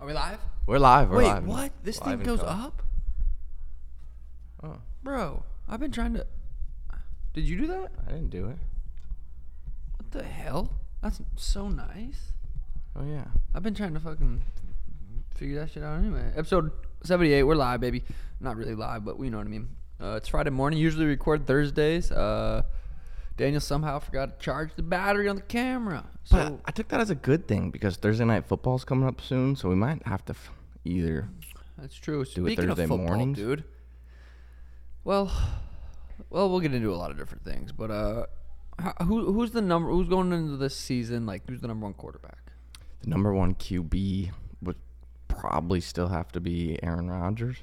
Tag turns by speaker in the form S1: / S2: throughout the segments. S1: Are we live?
S2: We're live. We're
S1: Wait,
S2: live.
S1: what? This
S2: Live
S1: thing
S2: and
S1: goes
S2: color.
S1: up?
S2: Oh,
S1: Bro, I've been trying to. Did you do that?
S2: I didn't do it.
S1: What the hell? That's so nice.
S2: Oh yeah.
S1: I've been trying to fucking figure that shit out anyway. Episode 78, we're live, baby. Not really live, but we know what I mean. Uh, it's Friday morning, usually record Thursdays. Uh, Daniel somehow forgot to charge the battery on the camera.
S2: But
S1: So,
S2: I took that as a good thing because Thursday night football's coming up soon, so we might have to f- either.
S1: That's true.
S2: it
S1: Speaking
S2: Thursday
S1: of football,
S2: mornings?
S1: dude. Well, well, we'll get into a lot of different things, but uh, h- who who's the number? Who's going into this season? Like, who's the number one quarterback?
S2: The number one QB would probably still have to be Aaron Rodgers.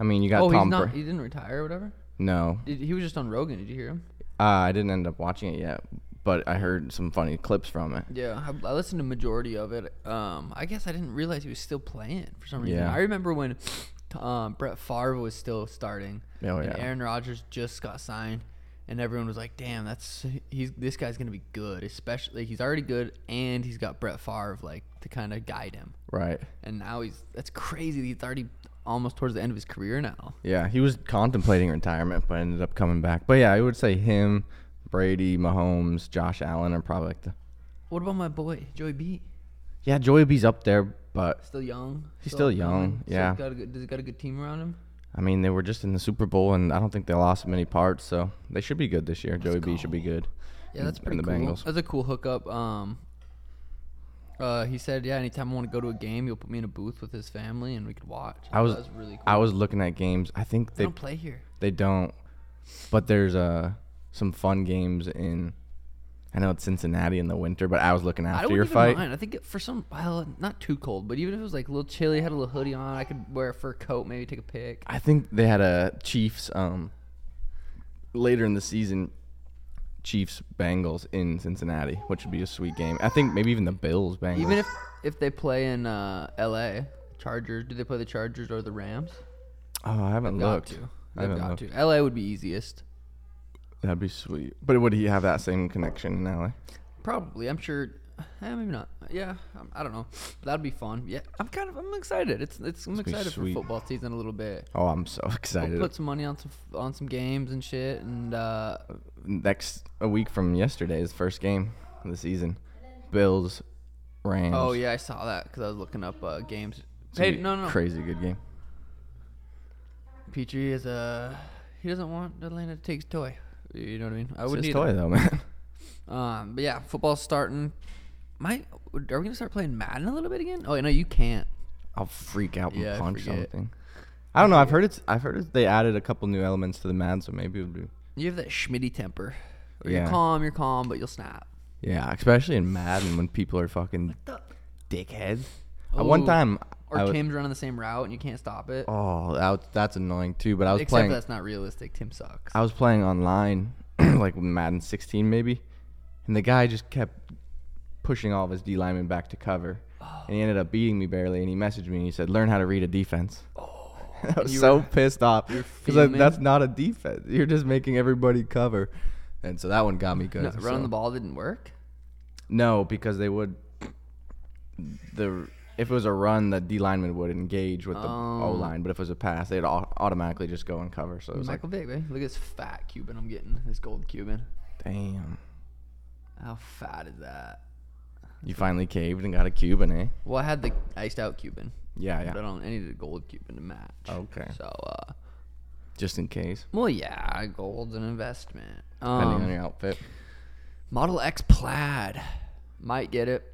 S2: I mean, you got
S1: oh, he's
S2: Tom.
S1: not.
S2: Bra-
S1: He didn't retire or whatever.
S2: no,
S1: Did, he was just on Rogan. Did you hear him?
S2: uh, I didn't end up watching it yet, but I heard some funny clips from it.
S1: Yeah, I, I listened to majority of it. Um, I guess I didn't realize he was still playing for some reason.
S2: Yeah.
S1: I remember when um, Brett Favre was still starting,
S2: Oh,
S1: and
S2: yeah.
S1: Aaron Rodgers just got signed, and everyone was like, "Damn, that's he's this guy's gonna be good." Especially he's already good, and he's got Brett Favre like to kind of guide him.
S2: Right.
S1: And now he's that's crazy. He's already almost towards the end of his career now.
S2: Yeah, he was contemplating retirement, but ended up coming back. But yeah, I would say him, Brady, Mahomes, Josh Allen are probably like the.
S1: What about my boy Joey B?
S2: Yeah, Joey B's up there, but
S1: Still young.
S2: He's still young,
S1: upcoming, still
S2: yeah.
S1: got a good, does he got a good team around him?
S2: I mean, they were just in the Super Bowl, and I don't think they lost many parts, so they should be good this year. Joey B should be good.
S1: Yeah, that's
S2: And
S1: pretty
S2: the
S1: cool.
S2: Bengals.
S1: That's a cool hookup. Um, uh, he said, yeah, anytime I want to go to a game, he'll put me in a booth with his family and we could watch.
S2: I was,
S1: that was really cool.
S2: I was looking at games. I think
S1: They
S2: they
S1: don't play here.
S2: they don't, but there's uh some fun games in. I know it's Cincinnati in the winter, but I was looking
S1: I
S2: after
S1: don't
S2: your
S1: even
S2: fight.
S1: mind. I think it, for some, well, not too cold, but even if it was like a little chilly, had a little hoodie on, I could wear a fur coat, maybe take a pic.
S2: I think they had a Chiefs um later in the season. Chiefs Bengals in Cincinnati, which would be a sweet game. I think maybe even the Bills Bengals.
S1: Even if if they play in uh, L.A. Chargers, do they play the Chargers or the Rams?
S2: oh, I haven't
S1: Got
S2: looked.
S1: to.
S2: I
S1: They've
S2: haven't
S1: got
S2: looked.
S1: to. L.A. would be easiest.
S2: That'd be sweet. But would he have that same connection in LA?
S1: Probably, I'm sure. Eh, maybe not. Yeah, I'm, I don't know. But that'd be fun. Yeah, I'm kind of. I'm excited. It's it's. I'm
S2: It's gonna be
S1: excited for
S2: sweet.
S1: football season a little bit.
S2: Oh, I'm so
S1: We'll
S2: excited.
S1: put some money on some f- on some games and shit. And uh,
S2: Next a week from yesterday is the first game of the season. Bills, Rams.
S1: oh yeah, I saw that because I was looking up uh, games.
S2: It's gonna
S1: Hey,
S2: be
S1: no, no, no.
S2: Crazy good game.
S1: Petrie is a. He doesn't want Atlanta to take his toy. You know what I mean? I
S2: It's
S1: wouldn't
S2: his
S1: either.
S2: toy though, man.
S1: Um, but yeah, football's starting. My, are we gonna start playing Madden a little bit again? Oh no, you can't.
S2: I'll freak out and
S1: Yeah, I
S2: punch
S1: forget.
S2: something. I don't know. I've heard it's. I've heard it's, they added a couple new elements to the Mad, so maybe it would be.
S1: You have that Schmitty temper. Where You're
S2: Yeah.
S1: calm, you're calm, but you'll snap.
S2: Yeah, especially in Madden when people are fucking dickheads. Uh,
S1: Ooh.
S2: one time,
S1: Or
S2: I was,
S1: Tim's running the same route and you can't stop it.
S2: oh, that, was- that's annoying too. But I was
S1: Except
S2: playing.
S1: that's not realistic. Tim sucks.
S2: I was playing online, like Madden 16 maybe, and the guy just kept pushing all of his D linemen back to cover, and he ended up beating me barely. And he messaged me and he said, "Learn how to read a defense." I was
S1: you
S2: so
S1: were-
S2: pissed off because
S1: fuming?
S2: that's not a defense. You're just making everybody cover, and so that one got me good.
S1: No, running
S2: so-
S1: the ball didn't work.
S2: No, because they would the. If it was a run, the D lineman would engage with the
S1: Oh.
S2: O line, but if it was a pass, they'd au- automatically just go and cover. So it was
S1: Michael Vick, baby. Look at this fat Cuban I'm getting. This gold Cuban.
S2: like, damn.
S1: How fat is that?
S2: You finally caved and got a Cuban, eh?
S1: Well, I had the iced out Cuban,
S2: Oh, Yeah,
S1: but I
S2: yeah.
S1: don't. I needed a gold Cuban to match.
S2: Okay.
S1: So, uh,
S2: Just in case,
S1: well, yeah, gold's an investment.
S2: depending
S1: Um,
S2: on your outfit.
S1: Model X plaid. Might get it.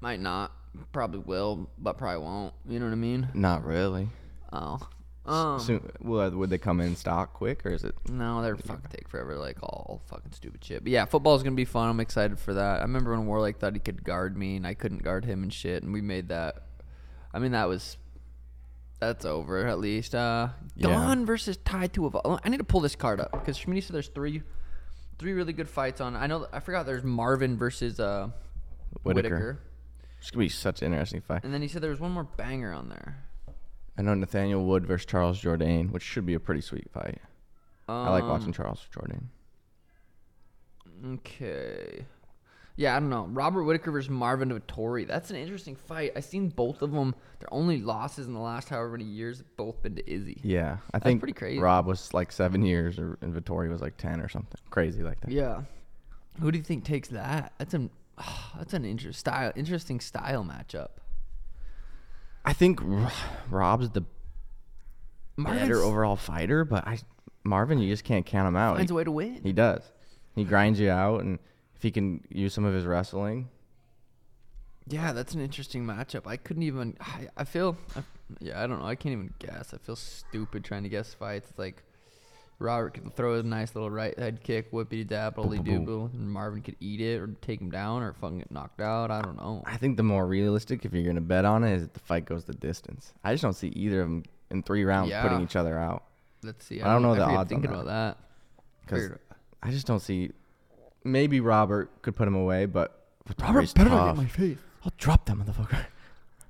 S1: Might not. Probably will, but probably won't. You know what I mean?
S2: Not really.
S1: Oh. Um,
S2: Soon, well, would they come in stock quick, or is it?
S1: No, they're fucking take forever, like all fucking stupid shit. But yeah, football's gonna be fun. I'm excited for that. I remember when Warlake thought he could guard me and I couldn't guard him and shit, and we made that. I mean, that was that's over at least. Uh,
S2: Yeah.
S1: Don versus Ty Tuivala. I need to pull this card up because Shmini said there's three, three really good fights on. I know I forgot there's Marvin versus uh
S2: Whitaker.
S1: Whitaker,
S2: It's gonna be such an interesting fight.
S1: and then he said there was one more banger on there.
S2: I know Nathaniel Wood versus Charles Jourdain, which should be a pretty sweet fight. I like
S1: Um,
S2: watching Charles Jourdain.
S1: Okay. Yeah, I don't know. Robert Whitaker versus Marvin Vittori. That's an interesting fight. I've seen both of them. Their only losses in the last however many years have both been to Izzy.
S2: Yeah, I think
S1: pretty crazy.
S2: Rob was like seven years, or and Vittori was like ten or something crazy like that.
S1: Yeah. Who do you think takes that? That's an that's an interest style interesting style matchup.
S2: I think R- Rob's the
S1: Marvin's
S2: better overall fighter, but I Marvin, you just can't count him out.
S1: finds a
S2: He,
S1: way to win.
S2: he does. He grinds you out, and if he can use some of his wrestling,
S1: Yeah, that's an interesting matchup. I couldn't even. I, I feel. I, yeah, I don't know. I can't even guess. I feel stupid trying to guess fights. It's like Robert can throw his nice little right head kick, whippity dap, oldie
S2: boom.
S1: dooboo, and Marvin could eat it or take him down or fucking get knocked out. I don't know.
S2: I think the more realistic, if you're going to bet on it, is that the fight goes the distance. I just don't see either of them in three rounds
S1: Yeah.
S2: putting each other out
S1: Let's see.
S2: I don't know the
S1: forget
S2: odds on
S1: Thinking
S2: that.
S1: about that.
S2: because
S1: Figured-
S2: I just don't see. Maybe Robert could put him away, but Vittori's tough.
S1: face.
S2: I'll drop that motherfucker.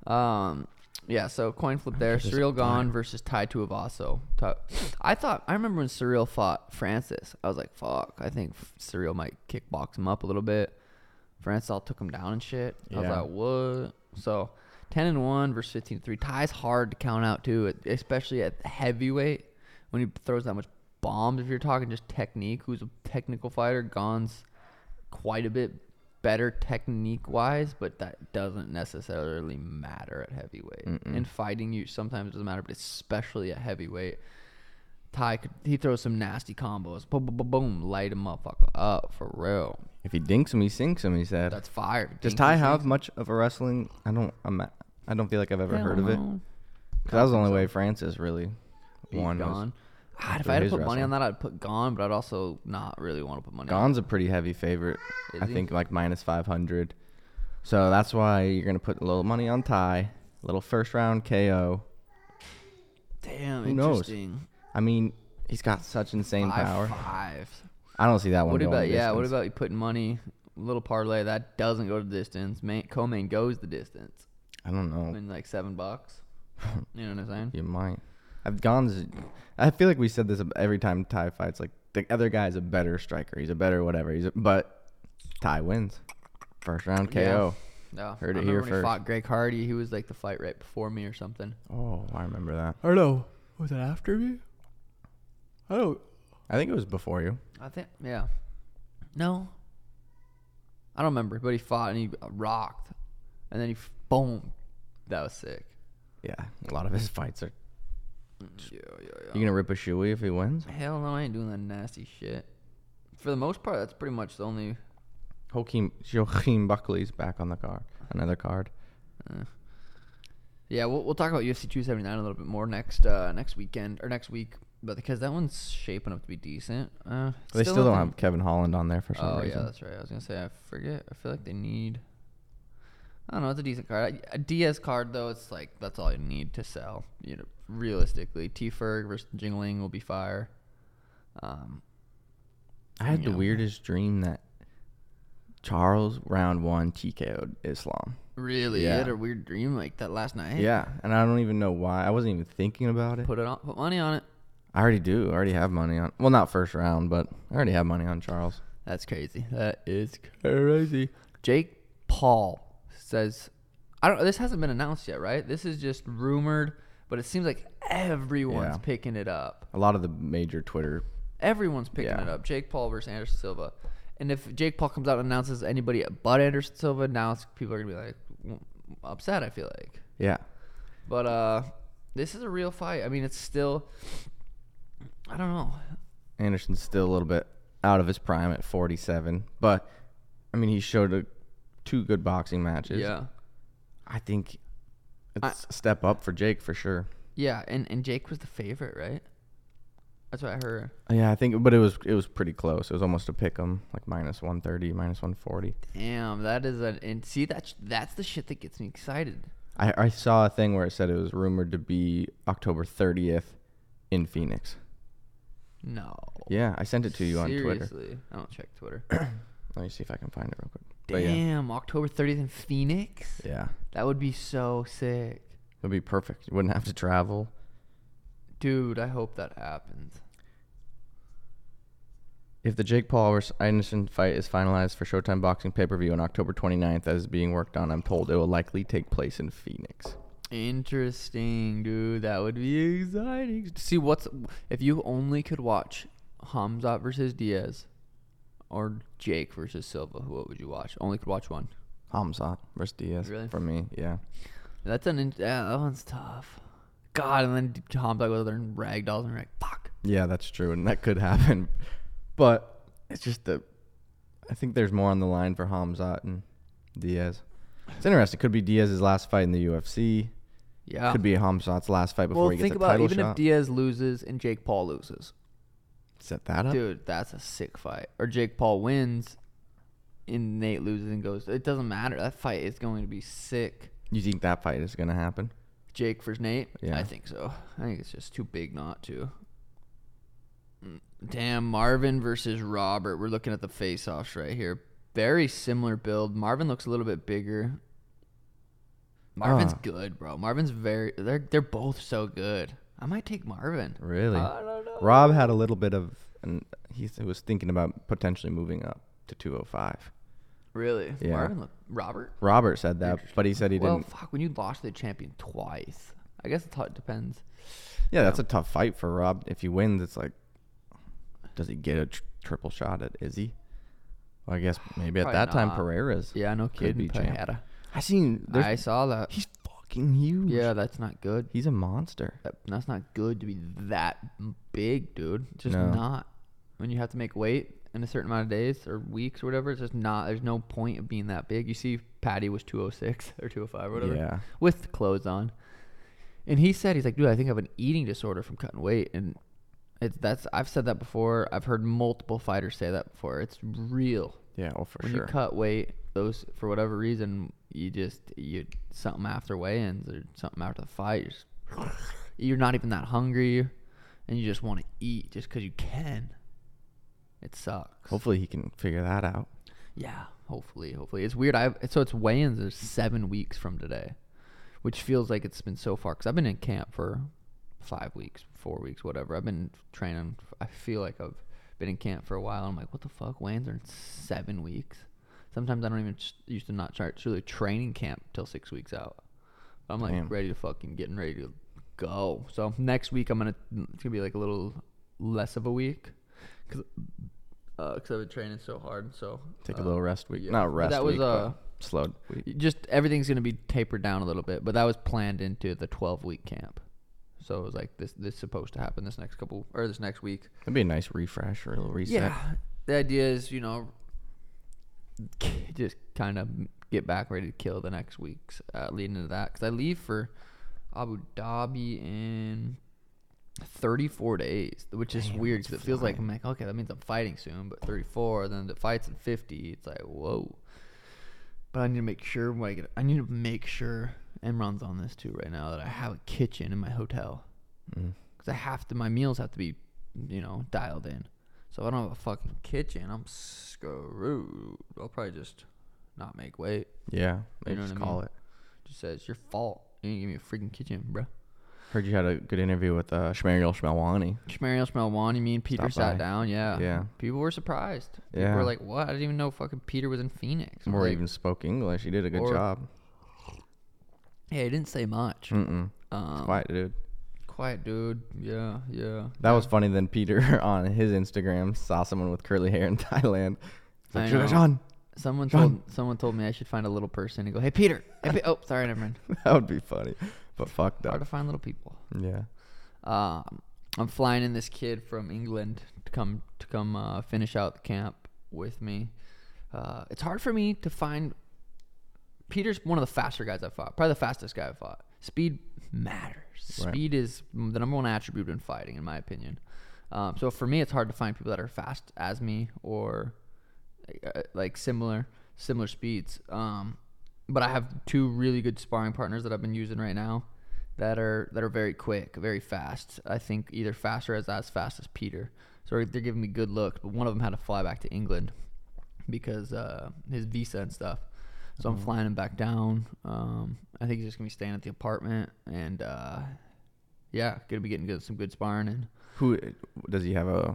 S1: Um, yeah. So coin flip there.
S2: just
S1: Surreal
S2: black.
S1: gone versus Tai Tuivasa. Ta- I thought I remember when Surreal fought Francis. I was like, fuck. I think Surreal might kickbox him up a little bit. Francis all took him down and shit. I was
S2: Yeah.
S1: like, what? So ten and one versus fifteen and three. Tai's hard to count out too, e, especially at heavyweight when he throws that much bombs. If you're talking just technique, who's a technical fighter, Gon's quite a bit better technique wise, but that doesn't necessarily matter at heavyweight. And fighting you sometimes doesn't matter, but especially at heavyweight. Ty could, he throws some nasty combos. Boom, boom, boom, boom light him up, up for real.
S2: If he dinks him, he sinks him. He said.
S1: That's fire.
S2: Does Ty have much of a wrestling? I don't. I'm, I don't feel like I've ever heard of it. Because that was the only way Francis really won.
S1: One
S2: was-
S1: gone. God, if
S2: through
S1: I had to
S2: his
S1: put money on
S2: wrestling.
S1: that, I'd put gone, but I'd also not really want to put money. on
S2: Gon's a pretty heavy favorite.
S1: Is
S2: I
S1: he?
S2: think like minus 500. So that's why you're going to put a little money on Ty, little first round KO.
S1: Damn,
S2: Who knows?
S1: interesting.
S2: I mean, he's got such insane
S1: Five
S2: power.
S1: fives.
S2: I don't see that one.
S1: What
S2: going
S1: about
S2: the
S1: yeah? What
S2: distance.
S1: about you putting money? Little parlay that doesn't go the distance. Main, co-main goes the distance.
S2: I don't
S1: I
S2: know.
S1: mean, like seven bucks. You know what I'm saying?
S2: You might. I've Gon's. I feel like we said this every time Ty fights. Like the other guy's a better striker. He's a better whatever. He's a, but Ty wins. First round
S1: Yeah.
S2: KO.
S1: Yeah.
S2: Heard
S1: I
S2: it
S1: remember
S2: here
S1: when
S2: first.
S1: He fought Greg Hardy. He was like the fight right before me or something.
S2: Oh, I remember that.
S1: I don't know. Was it after me? I don't.
S2: I think it was before you.
S1: I think yeah. No. I don't remember, but he fought and he rocked, and then he f- boom. That was sick.
S2: Yeah, a lot of his fights are. Mm-hmm.
S1: Yeah, yeah, yeah.
S2: You gonna rip a shoey if he wins?
S1: Hell no, I ain't doing that nasty shit. For the most part, that's pretty much the only
S2: Joaquin Joaquin Buckley's back on the card. Another card.
S1: uh, Yeah, we'll, we'll talk about UFC 279 a little bit more next uh, next weekend or next week, but because that one's shaping up to be decent. Uh,
S2: They still don't
S1: nothing-
S2: have Kevin Holland on there for some
S1: Oh yeah,
S2: reason.
S1: that's right. I was gonna say I forget. I feel like they need. I don't know. It's a decent card. A Diaz card though, it's like that's all you need to sell. You know, realistically, T Ferg versus Jingling will be fire. Um,
S2: I had the
S1: Yeah.
S2: weirdest dream that Charles round one TKO'd Islam.
S1: really, you had
S2: Yeah.
S1: a weird dream like that last night.
S2: Yeah, and I don't even know why. I wasn't even thinking about it.
S1: Eh. put it on. Put money on it.
S2: I already do. I already have money on. Well, not first round, but I already have money on Charles.
S1: That's crazy. That is crazy. Jake Paul says, "I don't. This hasn't been announced yet, right? This is just rumored, but it seems like everyone's
S2: Yeah.
S1: picking it up.
S2: A lot of the major Twitter.
S1: Everyone's picking
S2: Yeah.
S1: it up. Jake Paul versus Anderson Silva, and if Jake Paul comes out and announces anybody but Anderson Silva, now it's, people are gonna be like w- upset. I feel like,
S2: Yeah,
S1: but uh, this is a real fight. I mean, it's still, I don't know.
S2: Anderson's still a little bit out of his prime at 47, but I mean he showed a, two good boxing matches.
S1: Yeah."
S2: I think it's a step up for Jake for sure.
S1: Yeah, and, and Jake was the favorite, right? That's what I heard.
S2: Yeah, I think, but it was it was pretty close. It was almost a pick 'em, like minus 130, minus 140.
S1: Damn, that is an and see that's that's the shit that gets me excited.
S2: I, I saw a thing where it said it was rumored to be October 30th in Phoenix.
S1: No.
S2: Yeah, I sent it to you
S1: Seriously.
S2: on Twitter.
S1: I don't check Twitter.
S2: Let me see if I can find it real quick. But yeah,
S1: Damn, October 30th in Phoenix?
S2: yeah,
S1: That would be so sick.
S2: it'd be perfect. You wouldn't have to travel.
S1: Dude, I hope that happens.
S2: If the Jake Paul versus Anderson fight is finalized for Showtime Boxing pay per view on October 29th, that is being worked on, I'm told it will likely take place in Phoenix.
S1: Interesting, dude. That would be exciting. See what's if you only could watch Hamzat versus Diaz or Jake versus Silva, what would you watch? Only could watch one.
S2: Hamzat versus Diaz.
S1: Really?
S2: For me, yeah.
S1: That's an in- yeah, that one's tough. God, and then Hamzat goes there and ragdolls and you're like, fuck.
S2: Yeah, that's true, and that could happen. But it's just the. I think there's more on the line for Hamzat and Diaz. It's interesting. Could be Diaz's last fight in the UFC.
S1: Yeah.
S2: Could be Hamzat's last fight before
S1: well,
S2: he gets
S1: think
S2: a
S1: about it,
S2: title
S1: even
S2: shot.
S1: if Diaz loses and Jake Paul loses,
S2: Set that up.
S1: dude, that's a sick fight. Or Jake Paul wins, and Nate loses and goes. It doesn't matter. That fight is going to be sick.
S2: You think that fight is gonna happen?
S1: Jake versus Nate?
S2: Yeah.
S1: I think so. I think it's just too big not to. Mm, Damn, Marvin versus Robert. We're looking at the face offs right here. Very similar build. Marvin looks a little bit bigger. Marvin's
S2: Ah.
S1: good, bro. Marvin's very they're they're both so good. I might take Marvin.
S2: Really?
S1: I don't know.
S2: Rob had a little bit of, and he s- was thinking about potentially moving up to 205.
S1: Really?
S2: Yeah.
S1: Marvin look, Robert?
S2: Robert said that, but he said he
S1: well,
S2: didn't.
S1: fuck, when you lost to the champion twice. I guess it t- depends.
S2: Yeah, that's a tough fight for Rob. If he wins, it's like, does he get a tr- triple shot at Izzy? Well, I guess maybe at
S1: Probably
S2: that time
S1: not.
S2: Pereira's.
S1: Yeah, no
S2: be
S1: kidding.
S2: champ.
S1: Pereira.
S2: I seen. There's,
S1: I saw that.
S2: he's fucking huge.
S1: Yeah, that's not good.
S2: he's a monster.
S1: That, that's not good to be that m- big, dude. It's just
S2: No.
S1: not. When you have to make weight in a certain amount of days or weeks or whatever, it's just not. There's no point of being that big. You see, Patty was 206 or 205 or whatever
S2: Yeah.
S1: with clothes on. And he said, he's like, dude, I think I have an eating disorder from cutting weight. And it's that's I've said that before. I've heard multiple fighters say that before. It's real.
S2: Yeah, well, for
S1: when
S2: sure.
S1: you cut weight, those for whatever reason, you just you something after weigh-ins or something after the fight, you're, just- you're not even that hungry, and you just want to eat just because you can. It sucks.
S2: Hopefully, he can figure that out.
S1: Yeah, hopefully, hopefully. It's weird. I so it's weigh-ins are seven weeks from today, which feels like it's been so far. Cause I've been in camp for five weeks, four weeks, whatever. I've been training. I feel like I've been in camp for a while. I'm like, what the fuck? Weigh-ins are in seven weeks. Sometimes I don't even s- used to not start truly training camp till six weeks out. I'm like
S2: Damn.
S1: ready to fucking getting ready to go. So next week I'm gonna it's gonna be like a little less of a week because I've been training so hard. So
S2: Take
S1: uh,
S2: a little rest week.
S1: yeah.
S2: Not rest
S1: That was,
S2: week, but
S1: uh,
S2: slowed week.
S1: just everything's gonna be tapered down a little bit, but that was planned into the 12 week camp. So it was like this this supposed to happen this next couple or this next week.
S2: That'd be a nice refresh or a little reset.
S1: Yeah. The idea is, you know, just kind of get back ready to kill the next weeks uh, leading into that. Because I leave for Abu Dhabi in 34 days, which is weird because it feels like I'm like, okay, that means I'm fighting soon, but 34, then the fight's in 50. It's like, whoa. But I need to make sure when I get, I need to make sure Emron's on this too right now that I have a kitchen in my hotel
S2: Mm.
S1: because I have to. My meals have to be, you know, dialed in. So if I don't have a fucking kitchen. I'm screwed. I'll probably just not make weight.
S2: Yeah. Maybe
S1: know
S2: just
S1: what I
S2: call
S1: mean?
S2: it.
S1: Just says it's your fault. You didn't give me a freaking kitchen, bro.
S2: Heard you had a good interview with uh, Shmeriel Shmelwani.
S1: Shmariel Smelwani, me and Peter
S2: Stop by.
S1: sat down. Yeah.
S2: Yeah.
S1: People were surprised. People
S2: Yeah.
S1: were like, what? I didn't even know fucking Peter was in Phoenix. I'm
S2: Or
S1: like,
S2: even spoke English. He did a good
S1: Or-
S2: job.
S1: Yeah, he didn't say much.
S2: Mm-mm.
S1: Um,
S2: Mm. Quiet, dude.
S1: quiet, dude. Yeah, yeah.
S2: That was funny. Then Peter on his Instagram saw someone with curly hair in Thailand. He's
S1: I
S2: like,
S1: know.
S2: "Sugar Sean."
S1: Someone
S2: John.
S1: told someone told me I should find a little person and go, hey Peter. Hey, Pe- oh, sorry, never mind.
S2: That would be funny. But fucked
S1: Hard
S2: up.
S1: to find little people.
S2: Yeah.
S1: Um, I'm flying in this kid from England to come to come uh, finish out the camp with me. Uh, it's hard for me to find. Peter's one of the faster guys I fought, probably the fastest guy I fought. Speed matters.
S2: Right.
S1: Speed is the number one attribute in fighting, in my opinion. Um, so for me, it's hard to find people that are fast as me or uh, like similar similar speeds. Um, but I have two really good sparring partners that I've been using right now that are that are very quick, very fast. I think either faster as as fast as Peter. So they're giving me good looks. But one of them had to fly back to England because uh, his visa and stuff. So
S2: Mm-hmm.
S1: I'm flying him back down. Um, I think he's just gonna be staying at the apartment and uh, yeah, gonna be getting good, some good sparring and.
S2: Who does he have a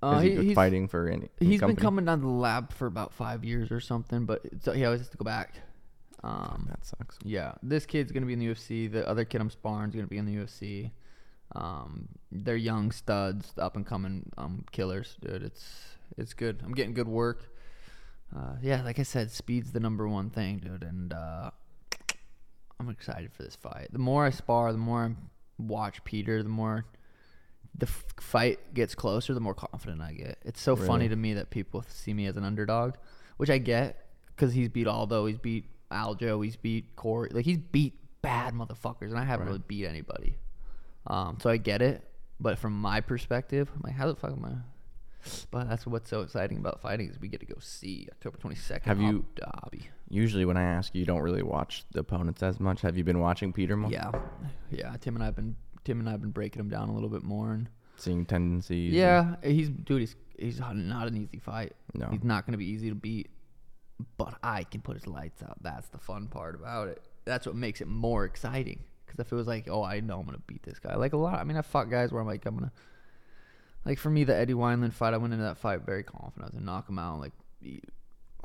S1: Uh,
S2: Is
S1: he-
S2: he,
S1: he's-
S2: fighting for any?
S1: He's been
S2: company?
S1: coming down to the lab for about five years or something, but so he always has to go back. Um,
S2: That sucks.
S1: yeah, this kid's gonna be in the UFC. The other kid I'm sparring's gonna be in the UFC. Um, they're young studs, the up and coming um, killers, dude. It's it's good. I'm getting good work. Uh, yeah, like I said, speed's the number one thing, dude, and uh, I'm excited for this fight. The more I spar, the more I watch Peter, the more the f- fight gets closer, the more confident I get. It's so funny
S2: Really?
S1: to me that people see me as an underdog, which I get because he's beat Aldo, he's beat Aljo, he's beat Corey. Like, he's beat bad motherfuckers, and I haven't really beat anybody. Um, so I get it. But from my perspective, I'm like, how the fuck am I? But that's what's so exciting about fighting is we get to go see October 22nd.
S2: Have you-
S1: Abu Dhabi?
S2: Usually, when I ask you, you don't really watch the opponents as much. Have you been watching Peter more?
S1: Yeah, yeah. Tim and I've been Tim and I've been breaking him down a little bit more, and
S2: Seeing tendencies. and-
S1: yeah, he's dude. He's he's not an easy fight.
S2: No.
S1: he's not going to be easy to beat. But I can put his lights out. That's the fun part about it. That's what makes it more exciting. Because if it was like, oh, I know I'm going to beat this guy. Like a lot. I mean, I fought guys where I'm like, I'm going to. Like for me, the Eddie Wineland fight, I went into that fight very confident. I was going to knock him out. Like, he-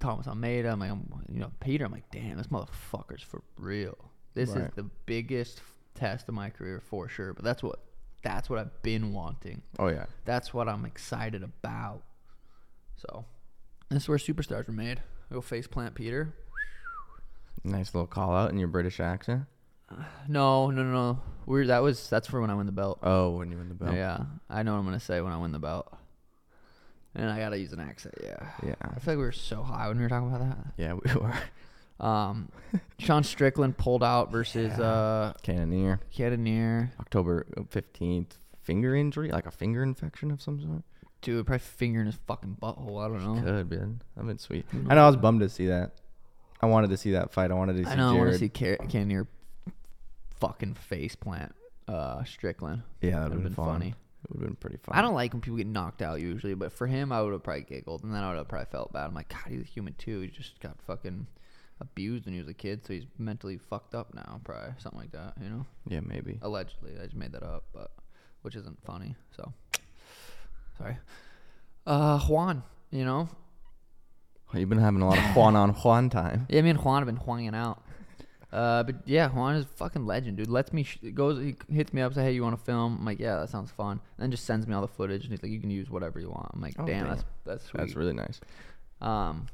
S1: Thomas Almeida. I'm like, I'm, you know, Peter. I'm like, damn, this motherfucker's for real. This is
S2: Right.
S1: the biggest test of my career for sure. But that's what that's what I've been wanting.
S2: Oh yeah.
S1: That's what I'm excited about. So, this is where superstars were made. Go face plant Peter.
S2: Nice little call out in your British accent.
S1: No, no, no, no. We're that was that's for when I win the belt.
S2: Oh, when you win the belt.
S1: Yeah, I know what I'm gonna say when I win the belt. And I gotta use an accent. Yeah.
S2: Yeah.
S1: I feel like we were so high when we were talking about
S2: Yeah, we were.
S1: that. Um, Sean Strickland pulled out versus uh
S2: Cannoneer.
S1: Cannonier.
S2: October 15th. Finger injury? Like a finger infection of some sort?
S1: Dude, probably finger in his fucking butthole. I don't know.
S2: Could be. I've been sweet. Uh-huh. I know I was bummed to see that. I wanted to see that fight. I wanted to see
S1: I know. I want
S2: Jared.
S1: to see Car- Cannonier fucking face plant uh Strickland.
S2: yeah, that
S1: Would've
S2: would have been,
S1: been
S2: fun.
S1: funny.
S2: It would have been pretty fun.
S1: I don't like when people get knocked out usually, but for him, I would have probably giggled, and then I would have probably felt bad. I'm like, God, he's a human too. He just got fucking abused when he was a kid, so he's mentally fucked up now, probably something like that. You know,
S2: Yeah, maybe.
S1: Oh. allegedly, I just made that up, but which isn't funny. So sorry, uh, Juan. You know,
S2: Oh, You've been having a lot of Juan on Juan time.
S1: yeah, me and Juan have been hanging out. Uh, but yeah, Juan is a fucking legend, dude. Lets me sh- goes, he hits me up, say, hey, you want to film? I'm like, yeah, that sounds fun. And then just sends me all the footage, and he's like, you can use whatever you want. I'm like,
S2: Oh,
S1: damn,
S2: damn.
S1: that's that's sweet.
S2: That's really nice.
S1: Um,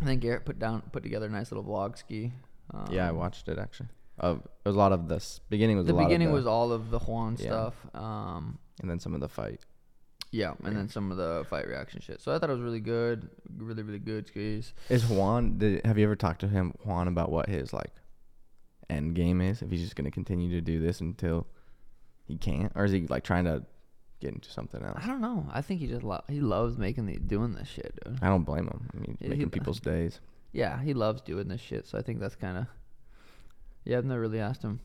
S1: and then Garrett put down put together a nice little vlog ski. Um,
S2: yeah, I watched it actually. Of it was a lot of this beginning was
S1: the
S2: a lot
S1: beginning
S2: of the,
S1: was all of the Juan
S2: Yeah.
S1: stuff. Um,
S2: and then some of the fight.
S1: yeah, and then some of the fight reaction shit. So I thought it was really good, really really good skis.
S2: Is Juan? Did, have you ever talked to him, Juan, about what his like end game is? If he's just gonna continue to do this until he can't, or is he like trying to get into something else?
S1: I don't know. I think he just lo- he loves making the doing this shit, dude.
S2: I don't blame him. I mean,
S1: Yeah, he-
S2: making people's days.
S1: Yeah, he loves doing this shit. So I think that's kind of yeah. I've never really asked him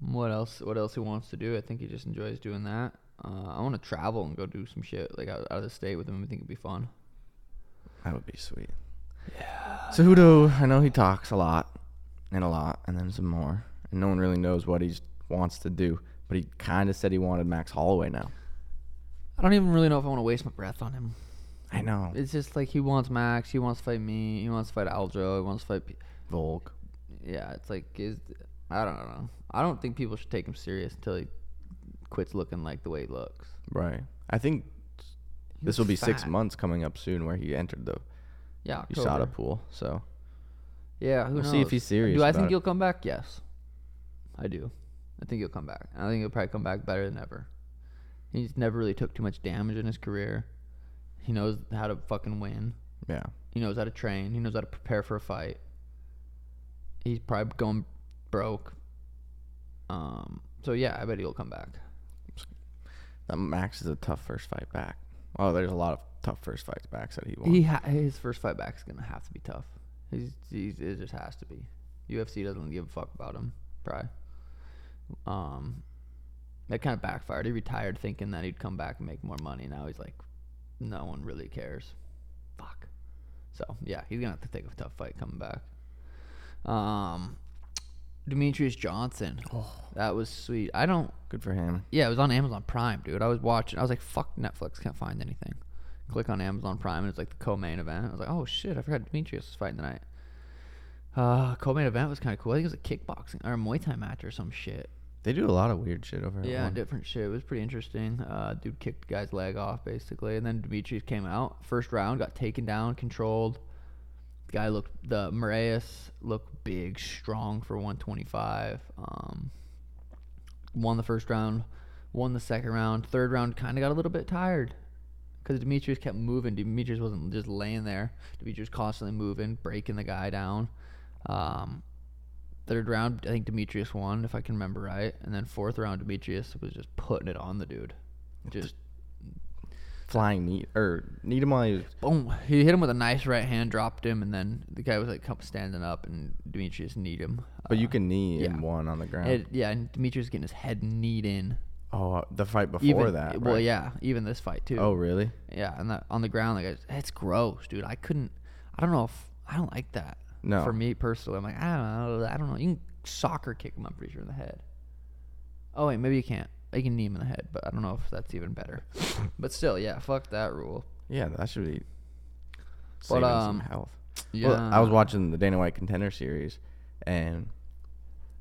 S1: what else what else he wants to do. I think he just enjoys doing that. Uh, I want to travel and go do some shit like out, out of the state with him. I think it'd be fun.
S2: That would be sweet. Yeah. So Hudo, I know he talks a lot and a lot, and then some more, and no one really knows what he wants to do. But he kind of said he wanted Max Holloway now.
S1: I don't even really know if I want to waste my breath on him.
S2: I know.
S1: It's just like he wants Max. He wants to fight me. He wants to fight Aljo. He wants to fight. P-
S2: Volk.
S1: yeah, it's like is I don't know. I don't think people should take him serious until he quits looking like the way he looks.
S2: Right. I think this will be six
S1: fat.
S2: months coming up soon where he entered the
S1: Yeah, October.
S2: USADA pool. So
S1: Yeah, who
S2: We'll
S1: knows?
S2: see if he's serious
S1: Do I
S2: about
S1: think
S2: it.
S1: he'll come back? Yes, I do. I think he'll come back. I think he'll probably come back better than ever. He's never really took too much damage in his career. He knows how to fucking win.
S2: yeah,
S1: He knows how to train. He knows how to prepare for a fight. He's probably going broke. Um. So yeah, I bet he'll come back.
S2: that Max is a tough first fight back. Oh, there's a lot of tough first fights backs that he won.
S1: He ha- his first fight back is gonna have to be tough. He's, he's it just has to be. UFC doesn't give a fuck about him. Probably. Um. That kind of backfired. He retired thinking that he'd come back and make more money. Now he's like, no one really cares. Fuck. So yeah, he's gonna have to take a tough fight coming back. Um, Demetrius Johnson. That was sweet. I don't.
S2: Good for him.
S1: Yeah, it was on Amazon Prime, dude. I was watching. I was like, fuck Netflix. Can't find anything. Click on Amazon Prime, and it's like the co-main event. I was like, oh shit, I forgot Demetrius was fighting tonight. Uh, co-main event was kind of cool. I think it was a kickboxing or a Muay Thai match or some shit.
S2: They do a lot of weird shit over at
S1: Yeah,
S2: one.
S1: different shit. It was pretty interesting. Uh, dude kicked the guy's leg off basically, and then Demetrius came out first round, got taken down, controlled. The guy looked the Moraes looked big, strong for 125. Um, won the first round, won the second round, third round kind of got a little bit tired because Demetrius kept moving. Demetrius wasn't just laying there. Demetrius constantly moving, breaking the guy down. Um, third round, I think Demetrius won, if I can remember right. And then fourth round, Demetrius was just putting it on the dude. Just
S2: Flying meat or need him while he was
S1: boom. He hit him with a nice right hand, dropped him, and then the guy was like come standing up, and Demetrius kneed him.
S2: But you can knee
S1: Uh, yeah.
S2: in one on the ground.
S1: It, yeah, and Demetrius getting his head kneed in.
S2: oh, uh, the fight before
S1: Even
S2: that.
S1: well,
S2: right?
S1: yeah, even this fight too.
S2: Oh, really?
S1: Yeah, and that on the ground, like I- it's gross, dude. I couldn't. I don't know if I don't like that.
S2: No.
S1: For me personally, I'm like I don't know. I don't know. You can soccer kick him. I'm pretty sure in the head. Oh wait, maybe you can't. You can knee him in the head, but I don't know if that's even better. but still, yeah, fuck that rule.
S2: Yeah, that should be. Saving
S1: um,
S2: some health.
S1: Yeah,
S2: Well, I was watching the Dana White Contender Series, and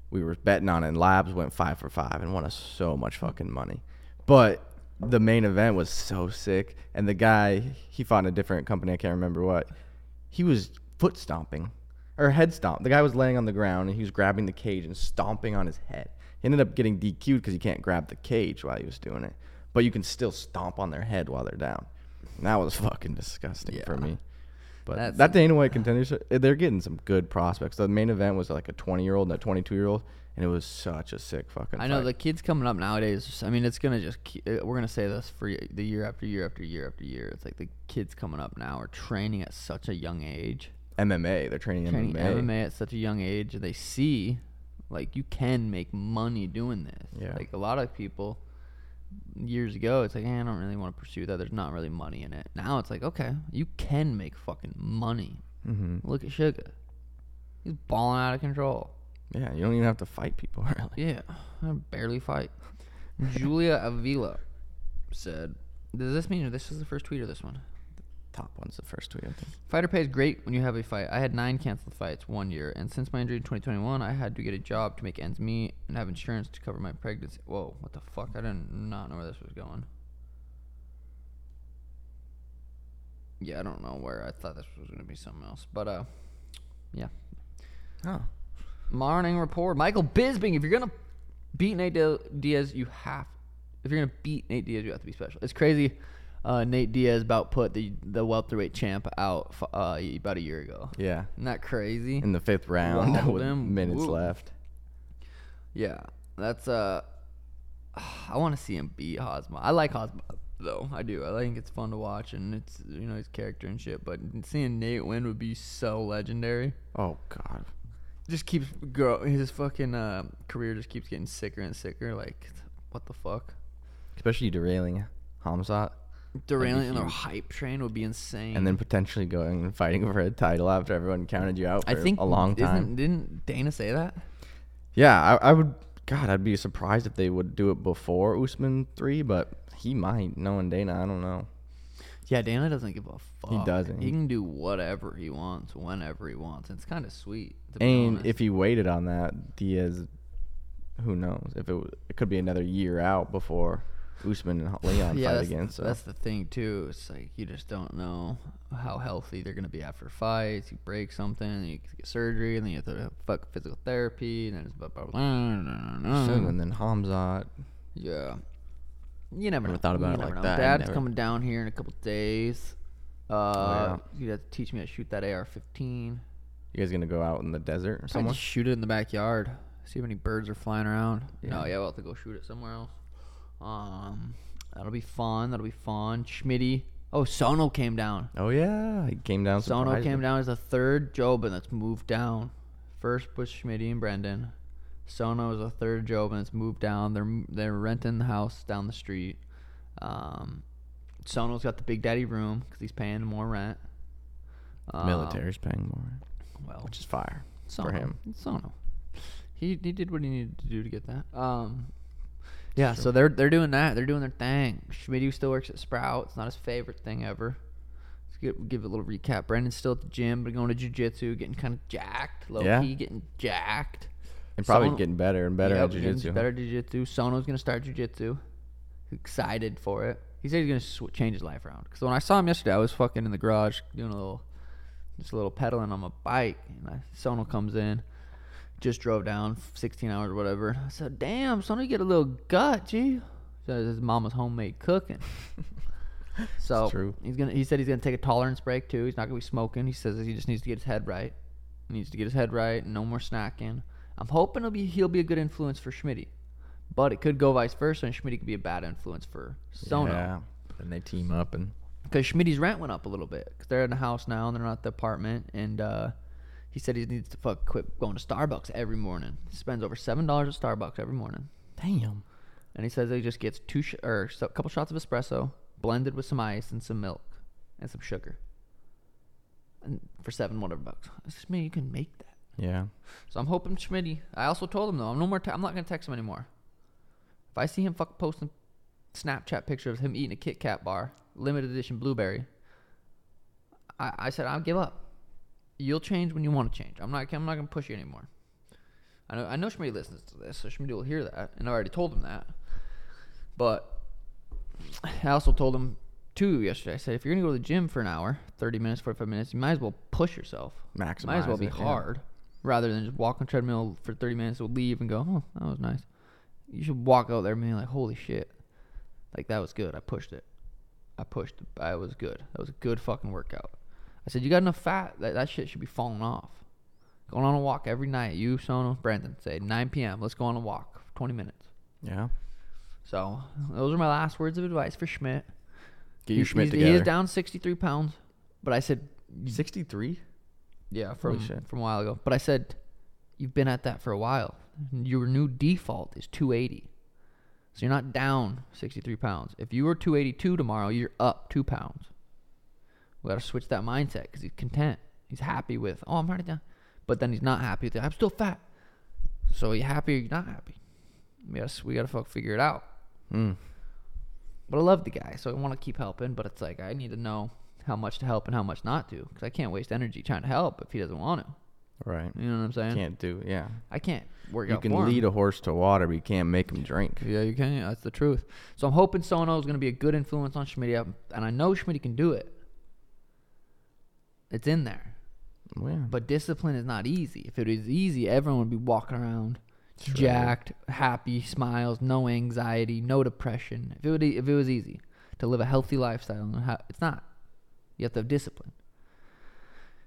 S2: we were betting on it. And Labs went five for five and won us so much fucking money. But the main event was so sick, and the guy he fought in a different company. I can't remember what. He was foot stomping or head stomp. The guy was laying on the ground and he was grabbing the cage and stomping on his head. He ended up getting DQ'd because he can't grab the cage while he was doing it, but you can still stomp on their head while they're down. And that was fucking disgusting for
S1: Yeah.
S2: me. But
S1: That's
S2: that Dana White contenders, they're getting some good prospects. The main event was like a 20 year old and a 22 year old, and it was such a sick fucking.
S1: I know
S2: fight.
S1: the kids coming up nowadays. I mean, it's gonna just keep, uh, we're gonna say this for y- the year after year after year after year. It's like the kids coming up now are training at such a young age.
S2: MMA. They're training,
S1: training
S2: MMA.
S1: MMA. at such a young age, and they see like you can make money doing this.
S2: Yeah.
S1: Like a lot of people years ago, it's like eh, I don't really want to pursue that. There's not really money in it. Now it's like okay, you can make fucking money.
S2: hmm
S1: Look at Sugar, he's balling out of control.
S2: Yeah, you don't even have to fight people really.
S1: Yeah, I barely fight. Julia Avila said, "Does this mean this is the first tweet or this one?"
S2: Top one's the first tweet. I think.
S1: Fighter pay is great when you have a fight. I had nine canceled fights one year, and since my injury in 2021, I had to get a job to make ends meet and have insurance to cover my pregnancy. Whoa, what the fuck? I did not know where this was going. Yeah, I don't know where. I thought this was going to be something else. But, uh, yeah.
S2: Oh,
S1: Morning report. Michael Bisping. If you're gonna beat Nate Dil- Diaz, you have. If you're gonna beat Nate Diaz, you have to be special. It's crazy. Uh, Nate Diaz about put the the welterweight champ out f- uh, about a year ago.
S2: yeah.
S1: Isn't that crazy?
S2: In the fifth round,
S1: Walled
S2: with
S1: him.
S2: minutes
S1: Woo.
S2: left.
S1: Yeah, that's uh, I want to see him beat Hosma. I like Hosma though. I do. I think it's fun to watch, and it's you know his character and shit. But seeing Nate win would be so legendary.
S2: Oh God.
S1: just keeps grow his fucking uh, career just keeps getting sicker and sicker like what the fuck
S2: Especially derailing Hamzat,
S1: derailing their
S2: huge.
S1: hype train would be insane
S2: and then potentially going and fighting for a title after everyone counted you out for
S1: i think
S2: a long time.
S1: isn't- didn't dana say that
S2: Yeah, I, I would. God, I'd be surprised if they would do it before Usman three, but he might. Knowing Dana, I don't know.
S1: yeah dana doesn't give a fuck
S2: doesn't.
S1: he can do whatever he wants whenever he wants and it's kind of sweet to be
S2: And
S1: honest.
S2: if he waited on that, Diaz, who knows? If it, w- it could be another year out before Usman and Leon
S1: yeah
S2: fight
S1: that's,
S2: again. So
S1: that's the thing too it's like you just don't know how healthy they're gonna be after fights you break something and you get surgery and then you have to fuck physical therapy and then it's blah blah blah, blah, blah, blah, blah.
S2: Soon, and then Hamzat.
S1: Yeah. You never know.
S2: Never thought about
S1: You
S2: it
S1: never
S2: like
S1: know.
S2: that. I
S1: Dad's
S2: never- Oh,
S1: coming down here in a couple days. Uh, You'd have to teach me how to shoot that AR-15.
S2: You guys gonna go out in the desert or
S1: Someone
S2: somewhere?
S1: shoot it in the backyard. See how many birds are flying around. No,
S2: Yeah.
S1: yeah, we'll have to go shoot it somewhere else. Um, that'll be fun. That'll be fun. Schmitty. Oh, Sono came down.
S2: Oh yeah, he came down.
S1: Sono
S2: surprised me.
S1: came down as the third Jobin that's moved down. First was Schmitty and Brendan. Sono is the third Jobin that's moved down. They're they're renting the house down the street. Um, Sono's got the Big Daddy room because he's paying more rent. Um,
S2: Military's paying more,
S1: Well,
S2: which is fire
S1: Sono,
S2: for him.
S1: Sono. He he did what he needed to do to get that. Um, yeah. So they're they're doing that. They're doing their thing. Schmidt still works at Sprout. It's not his favorite thing ever. Let's give, give a little recap. Brandon's still at the gym, but going to jujitsu, getting kind of jacked. Low
S2: Yeah.
S1: key, getting jacked.
S2: And probably
S1: Someone-
S2: getting better and better
S1: Yep,
S2: at
S1: getting
S2: jiu-jitsu.
S1: Better jiu-jitsu. Sono's gonna start jiu-jitsu. Excited for it. He said he's gonna sw- change his life around. Because when I saw him yesterday, I was fucking in the garage doing a little, just a little pedaling on my bike. And I, Sono comes in, just drove down 16 hours or whatever. I said, "Damn, Sono, you get a little gut, G." Says his mama's homemade cooking. so
S2: true.
S1: he's gonna. He said he's gonna take a tolerance break too. He's not gonna be smoking. He says he just needs to get his head right. He needs to get his head right and no more snacking. I'm hoping he'll be he'll be a good influence for Schmitty, but it could go vice versa, and Schmitty could be a bad influence for Sono
S2: Yeah. And they team up and
S1: because Schmidt's rent went up a little bit because they're in the house now and they're not at the apartment. And uh, he said he needs to fuck quit going to Starbucks every morning. He spends over seven dollars at Starbucks every morning,
S2: damn.
S1: and he says he just gets two sh- or so, a couple shots of espresso blended with some ice and some milk and some sugar, and for seven whatever bucks. I says, man, you can make that.
S2: Yeah.
S1: So I'm hoping Schmidt. I also told him though, I'm no more. T- I'm not gonna text him anymore. If I see him fuck posting Snapchat picture of him eating a Kit Kat bar, limited edition blueberry, I, I said I'll give up. You'll change when you want to change. I'm not. I'm not gonna push you anymore. I know. I know Schmidt listens to this, so Schmidt will hear that, and I already told him that. But I also told him too yesterday. I said if you're gonna go to the gym for an hour, 30 minutes, 45 minutes, you might as well push yourself. Might as well
S2: Maximize
S1: be
S2: it, yeah.
S1: hard rather than just walk on treadmill for 30 minutes, we'll leave and go, oh, that was nice. You should walk out there and be like, holy shit. Like, that was good. I pushed it. I pushed. it. I was good. That was a good fucking workout. I said, you got enough fat. That, that shit should be falling off. Going on a walk every night. You, Sono, Brandon, say 9 p.m. Let's go on a walk for 20 minutes.
S2: Yeah.
S1: So, those are my last words of advice for Schmidt.
S2: Get your
S1: He- he's-
S2: Schmidt
S1: He is
S2: together.
S1: down 63 pounds, but I said,
S2: Sixty three?
S1: Yeah,
S2: Holy
S1: from
S2: shit.
S1: from a while ago. But I said, you've been at that for a while. Your new default is 280, so you're not down 63 pounds. If you were 282 tomorrow, you're up two pounds. We got to switch that mindset because he's content. He's happy with, oh, I'm already down, but then he's not happy with it. I'm still fat. So are you happy or you're not happy? Yes, we got to fuck figure it out.
S2: Mm.
S1: But I love the guy, so I want to keep helping. But it's like I need to know how much to help and how much not to, because I can't waste energy trying to help if he doesn't want to.
S2: Right.
S1: You know what I'm saying?
S2: Can't do yeah.
S1: I can't work
S2: You
S1: out
S2: can
S1: for him.
S2: lead a horse to water, but you can't make him drink.
S1: Yeah, you can. Yeah, that's the truth. So I'm hoping Sono is going to be a good influence on Schmidt, and I know Schmidt can do it. It's in there,
S2: Well, yeah.
S1: but discipline is not easy. If it is easy, everyone would be walking around
S2: Sure.
S1: jacked, happy, smiles, no anxiety, no depression. If it would, e, if it was easy to live a healthy lifestyle, and how, it's not. You have to have discipline.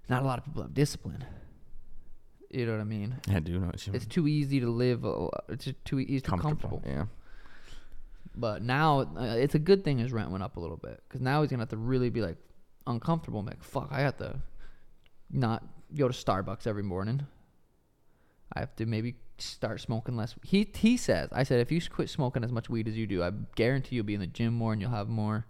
S1: Not a lot of people have discipline. You know what I mean?
S2: I do know what you
S1: It's too easy to live. A, lo- it's just too easy to comfortable.
S2: comfortable. Yeah.
S1: But now uh, it's a good thing his rent went up a little bit because now he's gonna have to really be like uncomfortable. And be like, fuck, I have to not go to Starbucks every morning. I have to maybe start smoking less. He he says, I said, if you quit smoking as much weed as you do, I guarantee you'll be in the gym more and you'll have more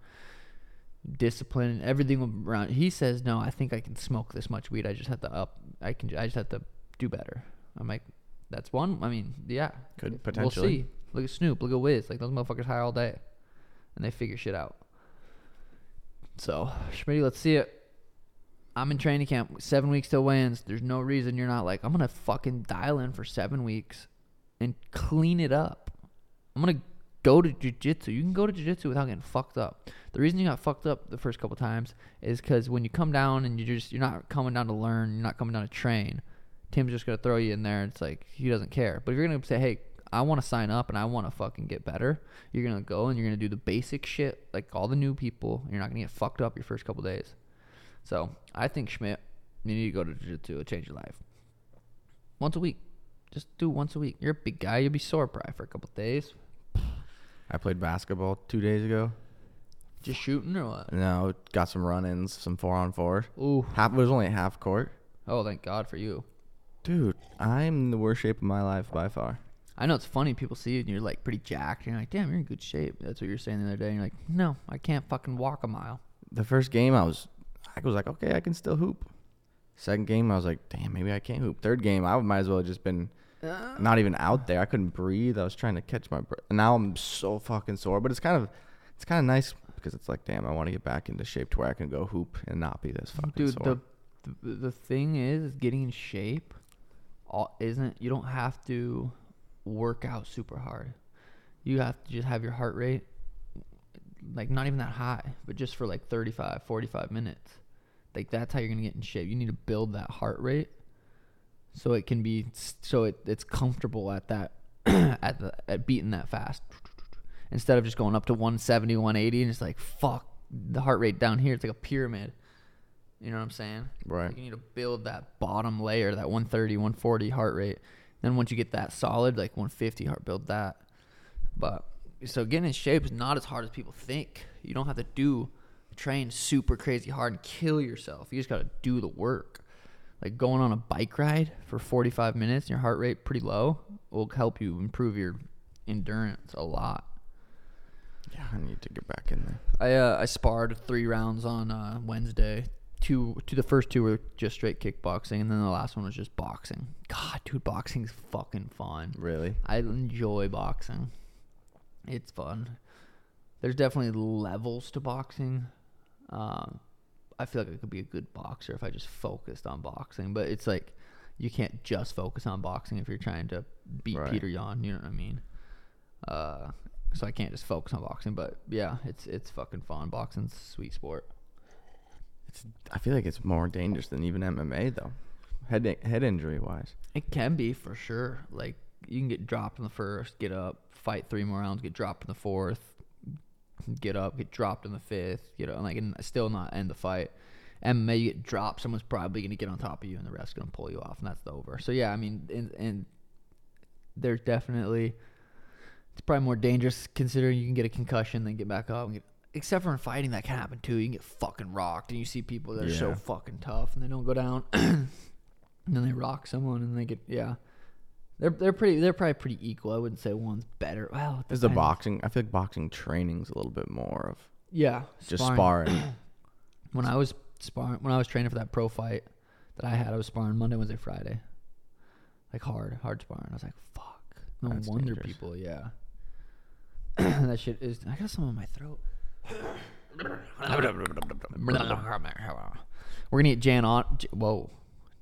S1: discipline and everything will run. He says, no, I think I can smoke this much weed. I just have to up. I can. I just have to do better. I'm like, that's one. I mean, yeah,
S2: Could
S1: We'll
S2: potentially.
S1: see. Look at Snoop. Look at Wiz. Like those motherfuckers high all day, and they figure shit out. So, Schmitty, let's see it. I'm in training camp. Seven weeks till wins. There's no reason you're not like, I'm gonna fucking dial in for seven weeks and clean it up. I'm gonna go to jujitsu. You can go to jujitsu without getting fucked up. The reason you got fucked up the first couple times is because when you come down and you just you're not coming down to learn, you're not coming down to train. Tim's just gonna throw you in there. It's like he doesn't care. But if you're gonna say, hey, I want to sign up and I want to fucking get better, you're gonna go and you're gonna do the basic shit like all the new people. You're not gonna get fucked up your first couple days. So I think Schmidt, you need to go to jujitsu. It'll change your life. Once a week. Just do once a week. You're a big guy. You'll be sore probably for a couple days.
S2: I played basketball two days ago.
S1: Just shooting or what?
S2: No, got some run ins, some four on four.
S1: Ooh.
S2: Half it was only half court.
S1: Oh, thank God for you.
S2: Dude, I'm in the worst shape of my life by far.
S1: I know it's funny. People see you and you're like pretty jacked. And you're like, damn, you're in good shape. That's what you were saying the other day. And you're like, no, I can't fucking walk a mile.
S2: The first game I was I was like, okay, I can still hoop. Second game I was like, damn, maybe I can't hoop. Third game I might as well have just been
S1: Uh,
S2: not even out there. I couldn't breathe. I was trying to catch my breath. Now I'm so fucking sore, but it's kind of it's kind of nice because it's like, damn, I want to get back into shape to where I can go hoop and not be this fucking
S1: dude,
S2: sore.
S1: the, the the thing is, is getting in shape all, isn't you don't have to work out super hard. You have to just have your heart rate like not even that high, but just for like 35, 45 minutes. Like that's how you're going to get in shape. You need to build that heart rate so it can be so it, it's comfortable at that at the at beating that fast instead of just going up to 170 180 and it's like fuck the heart rate down here it's like a pyramid you know what i'm saying
S2: Right.
S1: Like, you need to build that bottom layer that 130 140 heart rate then once you get that solid like 150 heart build that but so getting in shape is not as hard as people think you don't have to do train super crazy hard and kill yourself you just got to do the work like going on a bike ride for 45 minutes and your heart rate pretty low will help you improve your endurance a lot.
S2: yeah, I need to get back in there.
S1: I uh, I sparred three rounds on uh, Wednesday. Two to the first two were just straight kickboxing and then the last one was just boxing. God, dude, boxing's fucking fun.
S2: Really?
S1: I enjoy boxing. It's fun. There's definitely levels to boxing. Um, I feel like I could be a good boxer if I just focused on boxing, but it's like you can't just focus on boxing if you're trying to beat
S2: Right.
S1: Peter Yan. You know what I mean? Uh, so I can't just focus on boxing, but yeah, it's it's fucking fun. Boxing's a sweet sport.
S2: It's I feel like it's more dangerous than even MMA though, head head injury wise.
S1: It can be for sure. Like you can get dropped in the first, get up, fight three more rounds, get dropped in the fourth, get up, get dropped in the fifth, you know, and like and still not end the fight. MMA, you get dropped, someone's probably gonna get on top of you, and the ref's gonna pull you off, and that's the over. So yeah, I mean, and, and there's definitely it's probably more dangerous considering you can get a concussion then get back up. And get, except for in fighting, that can happen too. You can get fucking rocked, and you see people that are so
S2: Yeah.
S1: fucking tough, and they don't go down, and then they rock someone, and they get yeah. They're, they're pretty they're probably pretty equal. I wouldn't say one's better. Well, it
S2: Is the
S1: depends.
S2: boxing? I feel like boxing training's a little bit more of
S1: Yeah,
S2: just
S1: sparring.
S2: sparring.
S1: When I was sparring, when I was training for that pro fight that I had, I was sparring Monday, Wednesday, Friday, like hard, hard sparring. I was like, "Fuck, no
S2: That's
S1: wonder
S2: dangerous.
S1: people." Yeah, that shit is. I got some in my throat. We're gonna get Jan on. J- Whoa,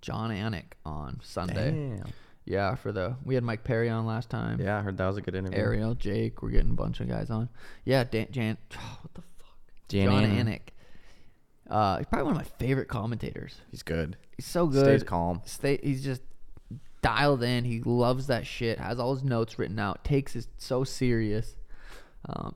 S1: John Anik on Sunday.
S2: Damn.
S1: Yeah, for the we had Mike Perry on last time.
S2: Yeah, I heard that was a good interview.
S1: Ariel, Jake, we're getting a bunch of guys on. Yeah, Dan, Jan, what the fuck?
S2: Jan
S1: John
S2: Anik.
S1: Anik. Uh, he's probably one of my favorite commentators.
S2: He's good.
S1: He's so good.
S2: Stays calm.
S1: Stay. He's just dialed in. He loves that shit. Has all his notes written out. Takes it so serious. Um,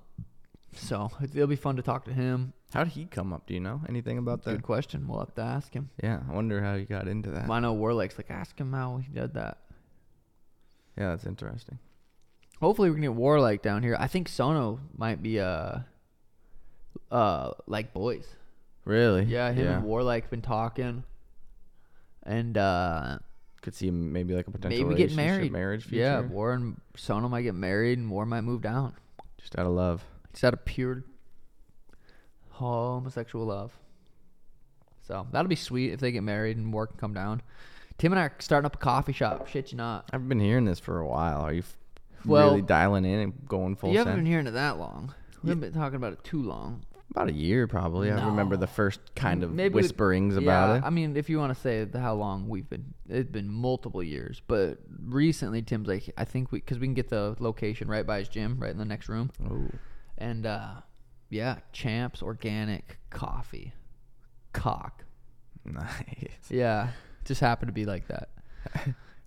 S1: so it- it'll be fun to talk to him.
S2: How did he come up? Do you know anything about that?
S1: Good question. We'll have to ask him.
S2: Yeah, I wonder how he got into that.
S1: I know Warlick's like ask him how he did that.
S2: yeah, that's interesting.
S1: Hopefully we can get Warlike down here. I think Sono might be uh uh like boys.
S2: Really?
S1: Yeah, him and Warlike been talking, and uh,
S2: Could see him maybe like a potential
S1: maybe get
S2: relationship,
S1: married.
S2: marriage future.
S1: Yeah, War and Sono might get married, and War might move down.
S2: just out of love.
S1: It's out of pure homosexual love. So that'll be sweet if they get married and War can come down. Tim and I are starting up a coffee shop. Shit, you not.
S2: I've been hearing this for a while. Are you f-
S1: Well,
S2: really dialing in and going full
S1: you haven't been
S2: send?
S1: hearing it that long. We haven't been talking about it too long.
S2: About a year probably. I remember
S1: No.
S2: the first kind of
S1: Maybe we-
S2: whisperings about
S1: yeah,
S2: it.
S1: I mean, if you want to say the- how long we've been, it's been multiple years. But recently, Tim's like, I think we because we can get the location right by his gym, right in the next room,
S2: Ooh.
S1: and uh, yeah, Champs Organic Coffee, cock.
S2: Nice.
S1: Yeah, just happened to be like that.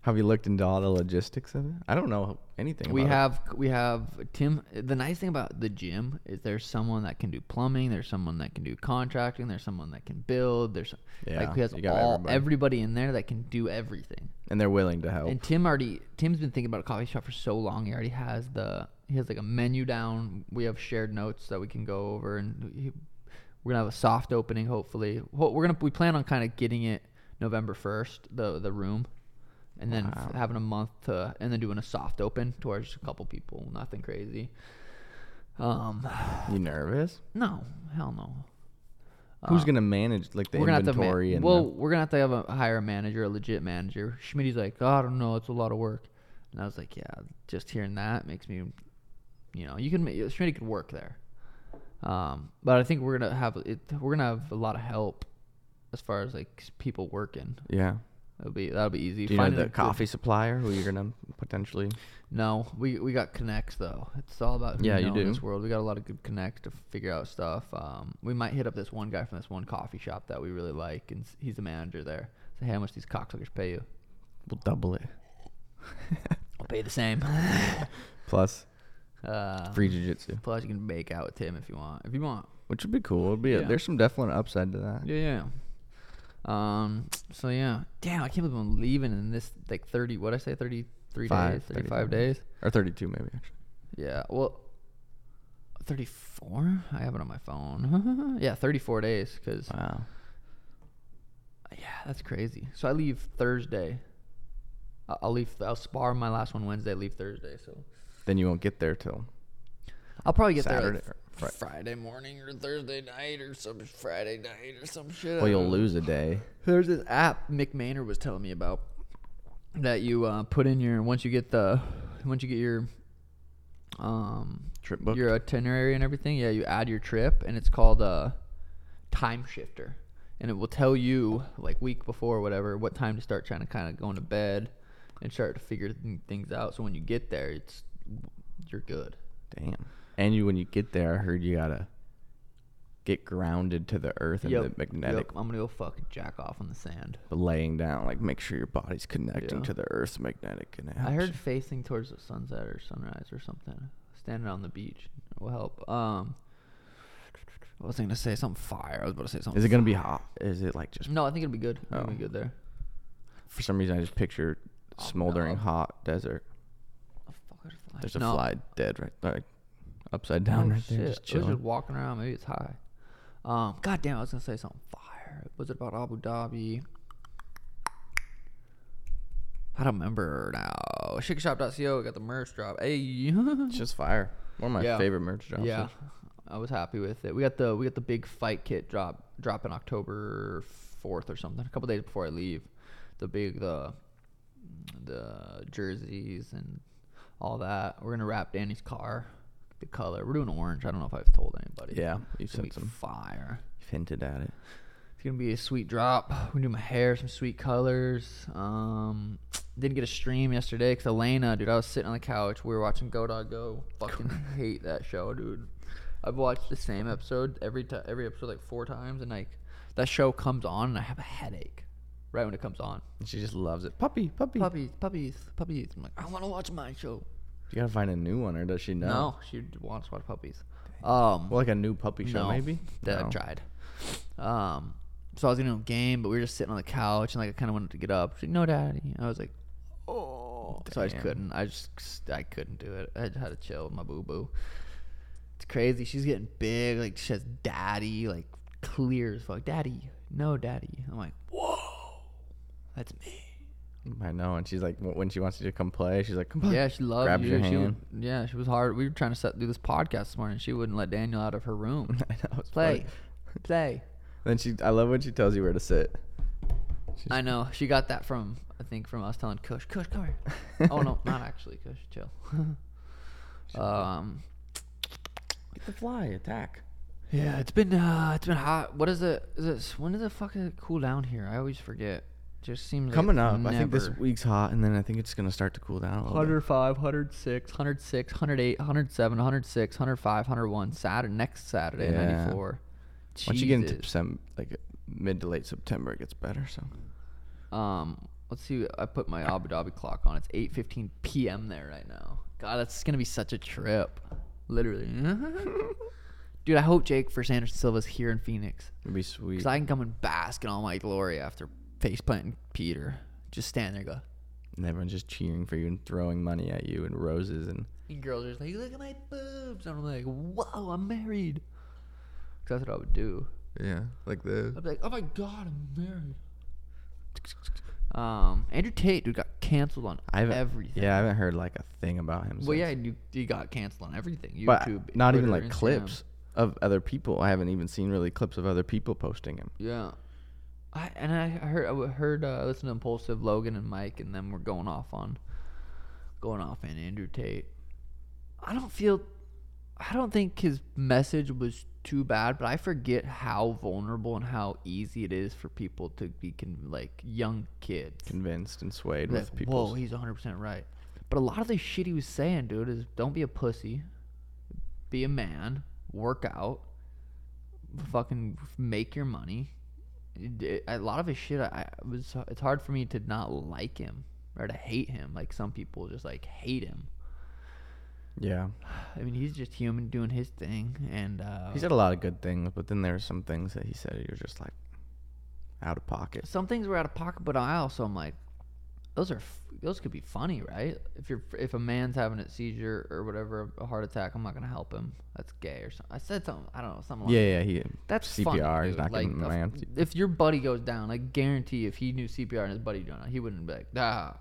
S2: Have you looked into all the logistics of it? I don't know anything.
S1: We
S2: about it.
S1: have we have Tim. The nice thing about the gym is there's someone that can do plumbing. There's someone that can do contracting. There's someone that can build. There's like
S2: Yeah,
S1: who has
S2: you got
S1: all
S2: everybody.
S1: everybody in there that can do everything.
S2: and they're willing to help.
S1: And Tim already Tim's been thinking about a coffee shop for so long. He already has the he has like a menu down. We have shared notes that we can go over, and he, we're gonna have a soft opening hopefully. Ho- We're gonna we plan on kind of getting it November first the the room, and then f-
S2: Wow.
S1: having a month to and then doing a soft open towards just a couple people, nothing crazy. Um,
S2: you nervous?
S1: no, hell no.
S2: Who's gonna manage like the inventory
S1: Uh, have to ma-
S2: and
S1: well, we're gonna have to have a hire a manager, a legit manager. Schmidt's like, "Oh, I don't know, it's a lot of work. And I was like, yeah, just hearing that makes me, you know, you can make Schmidt could work there. Um, but I think we're gonna have it, we're gonna have a lot of help as far as like s- people working.
S2: Yeah.
S1: It'll be that'll be easy.
S2: Do you know
S1: Finding a
S2: the
S1: good-
S2: coffee supplier who you're gonna potentially?
S1: No, we we got connects though. It's all about who
S2: Yeah,
S1: you
S2: you
S1: know in this
S2: do.
S1: world. We got a lot of good connects to figure out stuff. Um, we might hit up this one guy from this one coffee shop that we really like, and s- he's the manager there. Say, hey, how much these cocksuckers pay you?
S2: We'll double it.
S1: I'll pay you the same.
S2: Plus
S1: uh,
S2: free jujitsu,
S1: Plus, you can make out with him if you want. If you want.
S2: which would be cool. It'd be a-
S1: Yeah.
S2: there's some definite upside to that.
S1: Yeah, yeah. Um. So yeah. Damn, I can't believe I'm leaving in this like 30. What I say? 33 days.
S2: Five,
S1: 35
S2: 35.
S1: days.
S2: Or 32 maybe actually.
S1: Yeah. Well. 34. I have it on my phone. yeah, 34 days. Cause
S2: Wow.
S1: yeah, that's crazy. So I leave Thursday. I- I'll leave. I'll spar my last one Wednesday. Leave Thursday. So
S2: Then you won't get there till
S1: I'll probably get
S2: Saturday.
S1: there.
S2: or
S1: Like,
S2: Fri-
S1: Friday morning or Thursday night or some Friday night or some shit.
S2: Well,
S1: I
S2: you'll
S1: don't know.
S2: lose a day.
S1: There's this app McMahon was telling me about that you uh, put in your once you get the once you get your um
S2: Trip booked?
S1: your itinerary and everything. Yeah, you add your trip and it's called uh, time shifter, and it will tell you like week before or whatever what time to start trying to kind of going to bed and start to figure th- things out. So when you get there, it's you're good.
S2: Damn. And you, when you get there, I heard you gotta get grounded to the earth and
S1: Yep,
S2: the magnetic
S1: yep, I'm gonna go fucking jack off on the sand.
S2: laying down. Like make sure your body's connecting
S1: Yeah.
S2: to the earth's magnetic. And it
S1: I
S2: helps
S1: heard
S2: you.
S1: facing towards the sunset or sunrise or something. Standing on the beach will help. Um, I was gonna say something fire. I was about to say something.
S2: Is it gonna be
S1: fire.
S2: hot? Is it like just?
S1: No, I think it'll be good. I think it'll be
S2: Oh.
S1: good there.
S2: For some reason, I just picture
S1: Oh,
S2: smoldering
S1: no.
S2: hot desert.
S1: Oh, fuck, there's a fly.
S2: There's a
S1: No.
S2: fly dead right, like upside
S1: Oh,
S2: down right
S1: shit.
S2: there, just
S1: It was
S2: chilling.
S1: just walking around. Maybe it's high. Um, God damn, I was gonna say something fire. Was it about Abu Dhabi? I don't remember now. Shikashop.co got the merch drop. Hey.
S2: It's just fire. One of my
S1: Yeah.
S2: favorite merch drops.
S1: Yeah, I was happy with it. We got the we got the big fight kit drop drop in October fourth or something. A couple days before I leave, the big the the jerseys and all that. We're gonna wrap Danny's car, the color. We're doing orange. I don't know if I've told anybody.
S2: Yeah, you
S1: it's gonna
S2: said
S1: be
S2: some.
S1: fire.
S2: You've hinted at it.
S1: It's gonna be a sweet drop. We do my hair, some sweet colors. Um, didn't get a stream yesterday because Elena, dude, I was sitting on the couch. We were watching Go Dog Go. Fucking hate that show, dude. I've watched the same episode every time, every episode like four times, and like that show comes on, and I have a headache right when it comes on.
S2: She just loves it. Puppy, puppy.
S1: Puppies, puppies, puppies. I'm like, I want to watch my show.
S2: You gotta find a new one, or does she know?
S1: No, she wants to watch puppies. Um,
S2: Well, like a new puppy show,
S1: no,
S2: maybe.
S1: That
S2: No.
S1: I've tried. Um, so I was gonna do a game, but we were just sitting on the couch, and like I kind of wanted to get up. She's like, "No, daddy." I was like, "Oh," so I just
S2: Damn.
S1: couldn't. I just I couldn't do it. I had to chill with my boo boo. It's crazy. She's getting big. Like she says, "Daddy," like clear as fuck. Daddy, no, daddy. I'm like, "Whoa, that's me."
S2: I know, and she's like, wh- when she wants you to come play, she's like, "Come play."
S1: Yeah, she loved
S2: Grabs
S1: you.
S2: your
S1: she would,
S2: hand.
S1: yeah, she was hard. We were trying to set, do this podcast this morning. She wouldn't let Daniel out of her room.
S2: I know, it's funny.
S1: Play, play.
S2: Then she, I love when she tells you where to sit.
S1: I know. She got that from I think from us telling Kush, Kush, come here. oh no, not actually Kush, chill. um
S2: Get the fly attack.
S1: Yeah, it's been uh it's been hot. What is it is it when does it fucking cool down here? I always forget. Just seems like
S2: Coming
S1: it's
S2: up, I think this
S1: never-
S2: week's hot, and then I think it's gonna start to cool down a little. bit.
S1: 105, 106, 106, 108, 107, 106, 105, 101 Saturday next Saturday,
S2: Yeah.
S1: 94.
S2: Once you get into
S1: Jesus.
S2: some like mid to late September, it gets better. So
S1: Um, let's see. I put my Abu Dhabi clock on. It's 8:15 p.m. there right now. God, that's gonna be such a trip. Literally, dude. I hope Jake for Anderson Silva's here in Phoenix
S2: it'd be sweet.
S1: because I can come and bask in all my glory after face planting Peter. Just stand there, and go.
S2: and everyone's just cheering for you and throwing money at you and roses and
S1: And girls are just like, look at my boobs, and I'm like, whoa, I'm married. 'Cause that's what I would do.
S2: yeah, like the
S1: I'd be like, oh my god, I'm married. Um, Andrew Tate dude got canceled on
S2: I haven't
S1: everything.
S2: yeah I haven't heard like a thing about him.
S1: Well,
S2: since.
S1: yeah, you, you got canceled on everything. YouTube,
S2: but not even
S1: Twitter,
S2: like
S1: Instagram.
S2: clips of other people. I haven't even seen really clips of other people posting him.
S1: Yeah. I and I heard I heard uh, listen to Impulsive Logan and Mike, and then we're going off on going off on Andrew Tate. I don't feel. I don't think his message was too bad, but I forget how vulnerable and how easy it is for people to be con- like young kids.
S2: Convinced and swayed
S1: That,
S2: with people.
S1: Whoa, he's 100% right. But a lot of the shit he was saying, dude, is don't be a pussy, be a man, work out, fucking make your money. It- it- a lot of his shit, I, I was. It's hard for me to not like him or to hate him. Like some people just like hate him.
S2: Yeah.
S1: I mean, he's just human doing his thing, and uh,
S2: He said a lot of good things, but then there were some things that he said you're just like out of pocket.
S1: some things were out of pocket, but I also am like, those are f- those could be funny, right? If you're if a man's having a seizure or whatever, a heart attack, I'm not gonna help him. That's gay or something. I said something. I don't know something. like
S2: Yeah, yeah, he
S1: That's funny,
S2: CPR. he's
S1: dude.
S2: not
S1: Like,
S2: giving
S1: the
S2: a
S1: f-
S2: man.
S1: If your buddy goes down, I guarantee if he knew CPR and his buddy doing it, he wouldn't be like, ah.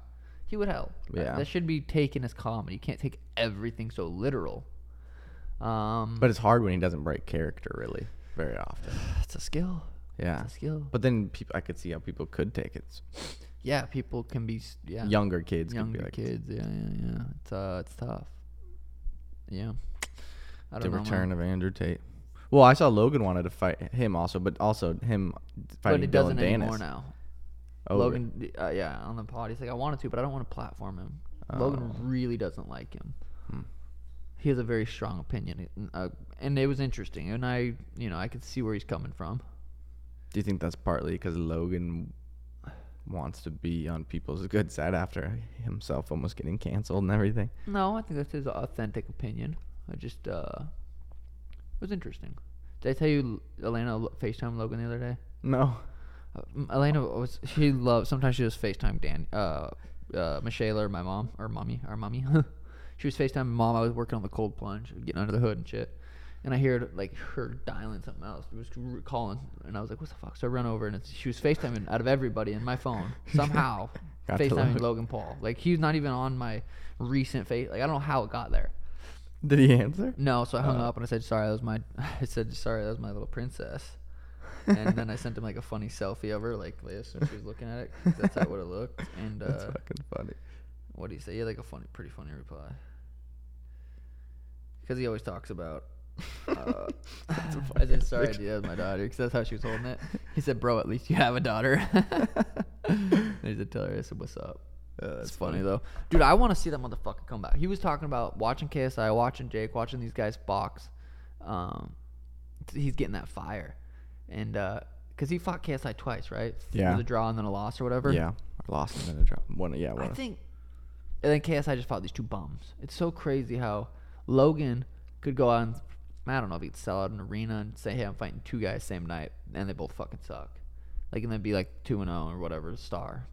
S1: He would help. That-
S2: Yeah.
S1: That should be taken as comedy. You can't take everything so literal. Um,
S2: But it's hard when he doesn't break character really very often.
S1: it's a skill.
S2: Yeah.
S1: It's a skill.
S2: But then peop I could see how people could take it.
S1: Yeah, people can be. s- Yeah.
S2: Younger kids could
S1: younger
S2: be like,
S1: kids. Yeah, yeah, yeah. It's uh, it's tough. Yeah, I
S2: the
S1: don't know. man.
S2: return of Andrew Tate. Well, I saw Logan wanted to fight him also, but also him
S1: but
S2: fighting
S1: he
S2: Dylan
S1: doesn't
S2: Danis.
S1: anymore now.
S2: Oh,
S1: Logan, uh, yeah, on the pod, he's like, I wanted to, but I don't want to platform him. Logan
S2: Oh.
S1: really doesn't like him.
S2: Hmm.
S1: He has a very strong opinion, and, uh, and it was interesting. And I, you know, I could see where he's coming from.
S2: Do you think that's partly because Logan wants to be on people's good side after himself almost getting canceled and everything?
S1: No, I think that's his authentic opinion. I just, uh, it was interesting. Did I tell you Elena FaceTime Logan the other day?
S2: No.
S1: Uh, M- Elena was she loves sometimes she just FaceTime Dan uh uh Michelle or my mom or mommy our mommy. she was FaceTime mom, I was working on the cold plunge, getting under the hood and shit. And I heard like her dialing something else. It was r- calling, and I was like, "What the fuck?" So I run over, and it's, she was Facetiming out of everybody in my phone somehow.
S2: Got to
S1: Facetiming
S2: Logan.
S1: Logan Paul, like he's not even on my recent face. Like I don't know how it got there.
S2: Did he answer?
S1: No, so I
S2: Oh.
S1: hung up and I said, "Sorry, that was my." I said, "Sorry, that was my little princess." and then I sent him like a funny selfie of her, like this, and she was looking at it. 'cause That's how it would have looked. And
S2: That's
S1: uh,
S2: fucking funny.
S1: what do you say? Yeah, like a funny, pretty funny reply. Because he always talks about. Uh, I said, "Sorry, dude, that was my daughter," because that's how she was holding it. He said, "Bro, at least you have a daughter." and he said, "Tell her." I said, "What's up?"
S2: Uh,
S1: It's funny, though, dude. I want to see that motherfucker come back. He was talking about watching KSI, watching Jake, watching these guys box. Um, t- he's getting that fire, and uh 'cause because he fought KSI twice, right?
S2: Yeah.
S1: it was a draw and then a loss or whatever.
S2: Yeah, I lost him in a drop. One, yeah,
S1: I
S2: one.
S1: think. And then KSI just fought these two bums. It's so crazy how Logan could go out and I don't know if he could sell out an arena and say, "Hey, I'm fighting two guys same night, and they both fucking suck," like and then be like two and zero or whatever, star,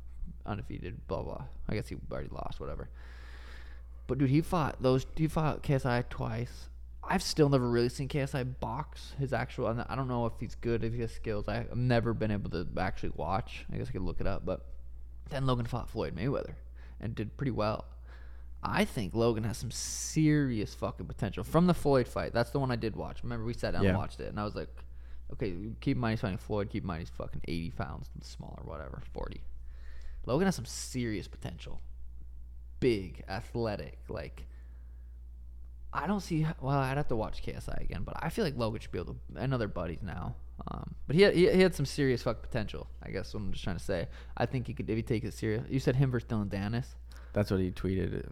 S1: undefeated, blah blah. I guess he already lost, whatever. But dude, he fought those. He fought KSI twice. I've still never really seen KSI box his actual. and I don't know if he's good, if he has skills. I- I've never been able to actually watch. I guess I could look it up. But then Logan fought Floyd Mayweather and did pretty well. I think Logan has some serious fucking potential from the Floyd fight. That's the one I did watch. Remember, we sat down
S2: Yeah.
S1: and watched it, and I was like, okay, keep in mind he's fighting Floyd. Keep in mind he's fucking 80 pounds smaller, whatever, 40. Logan has some serious potential big, athletic. Like, I don't see. h- Well, I'd have to watch KSI again, but I feel like Logan should be able to. I know they're buddies now. Um, but he had, he, he had some serious fuck potential. I guess what I'm just trying to say. I think he could if he takes it serious. You said him versus Dylan Danis.
S2: That's what he tweeted.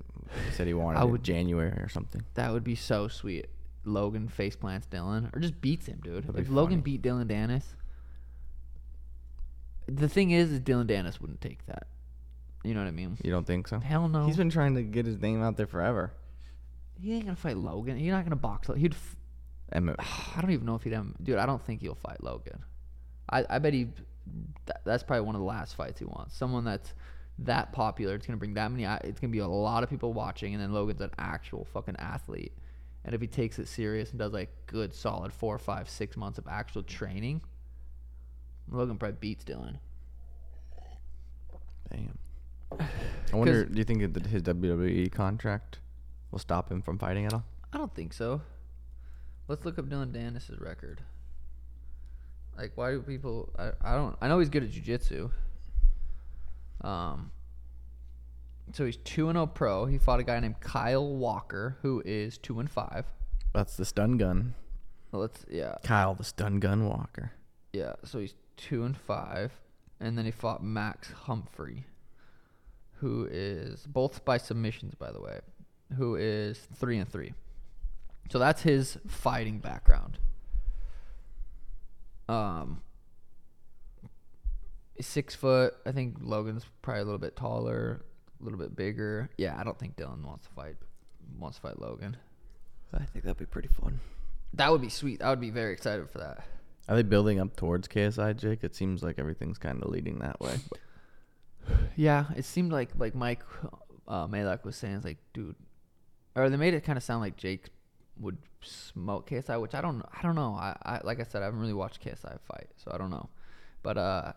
S2: He said he wanted
S1: I
S2: I
S1: would-
S2: January or something.
S1: That would be so sweet. Logan face plants Dylan or just beats him, dude.
S2: That'd
S1: If
S2: be
S1: Logan
S2: funny.
S1: beat Dylan Danis, the thing is, is Dylan Danis wouldn't take that. You know what I mean?
S2: You don't think so?
S1: Hell no.
S2: He's been trying to get his name out there forever.
S1: he ain't gonna fight Logan. He's not gonna box. Lo- He'd f-
S2: Emma,
S1: I don't even know if he'd. em- Dude, I don't think he'll fight Logan. I, I bet he. That, that's probably one of the last fights he wants. Someone that's that popular. It's gonna bring that many. eye- It's gonna be a lot of people watching, and then Logan's an actual fucking athlete. And if he takes it serious and does like good, solid four, five, six months of actual training, Logan probably beats Dylan.
S2: damn. I wonder. Do you think that his WWE contract will stop him from fighting at all?
S1: I don't think so. Let's look up Dylan Danis' record. Like, why do people? I, I don't. I know he's good at jujitsu. Um, So he's two and zero pro. He fought a guy named Kyle Walker, who is two and five.
S2: That's the stun gun.
S1: Well, Let's yeah
S2: Kyle, the stun gun walker.
S1: yeah. So he's two and five, and then he fought Max Humphrey, who is both by submissions, by the way, who is three and three. So that's his fighting background. Um, he's six foot. I think Logan's probably a little bit taller, a little bit bigger. Yeah, I don't think Dylan wants to fight. Wants to fight Logan.
S3: I think that'd be pretty fun.
S1: That would be sweet. I would be very excited for that.
S2: Are they building up towards KSI, Jake? It seems like everything's kind of leading that way. but-
S1: Yeah, it seemed like like Mike uh, Malak was saying, it's like, dude, or they made it kind of sound like Jake would smoke KSI, which I don't, I don't know. I, I like I said, I haven't really watched KSI fight, so I don't know. But uh,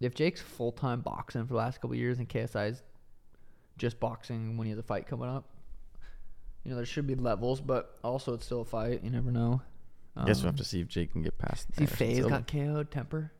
S1: if Jake's full time boxing for the last couple of years and KSI's just boxing when he has a fight coming up, you know, there should be levels, but also it's still a fight. You never know. Um,
S2: I guess we'll have to see if Jake can get past.
S1: See,
S2: there.
S1: Faze
S2: So-
S1: got KO'd. Temper.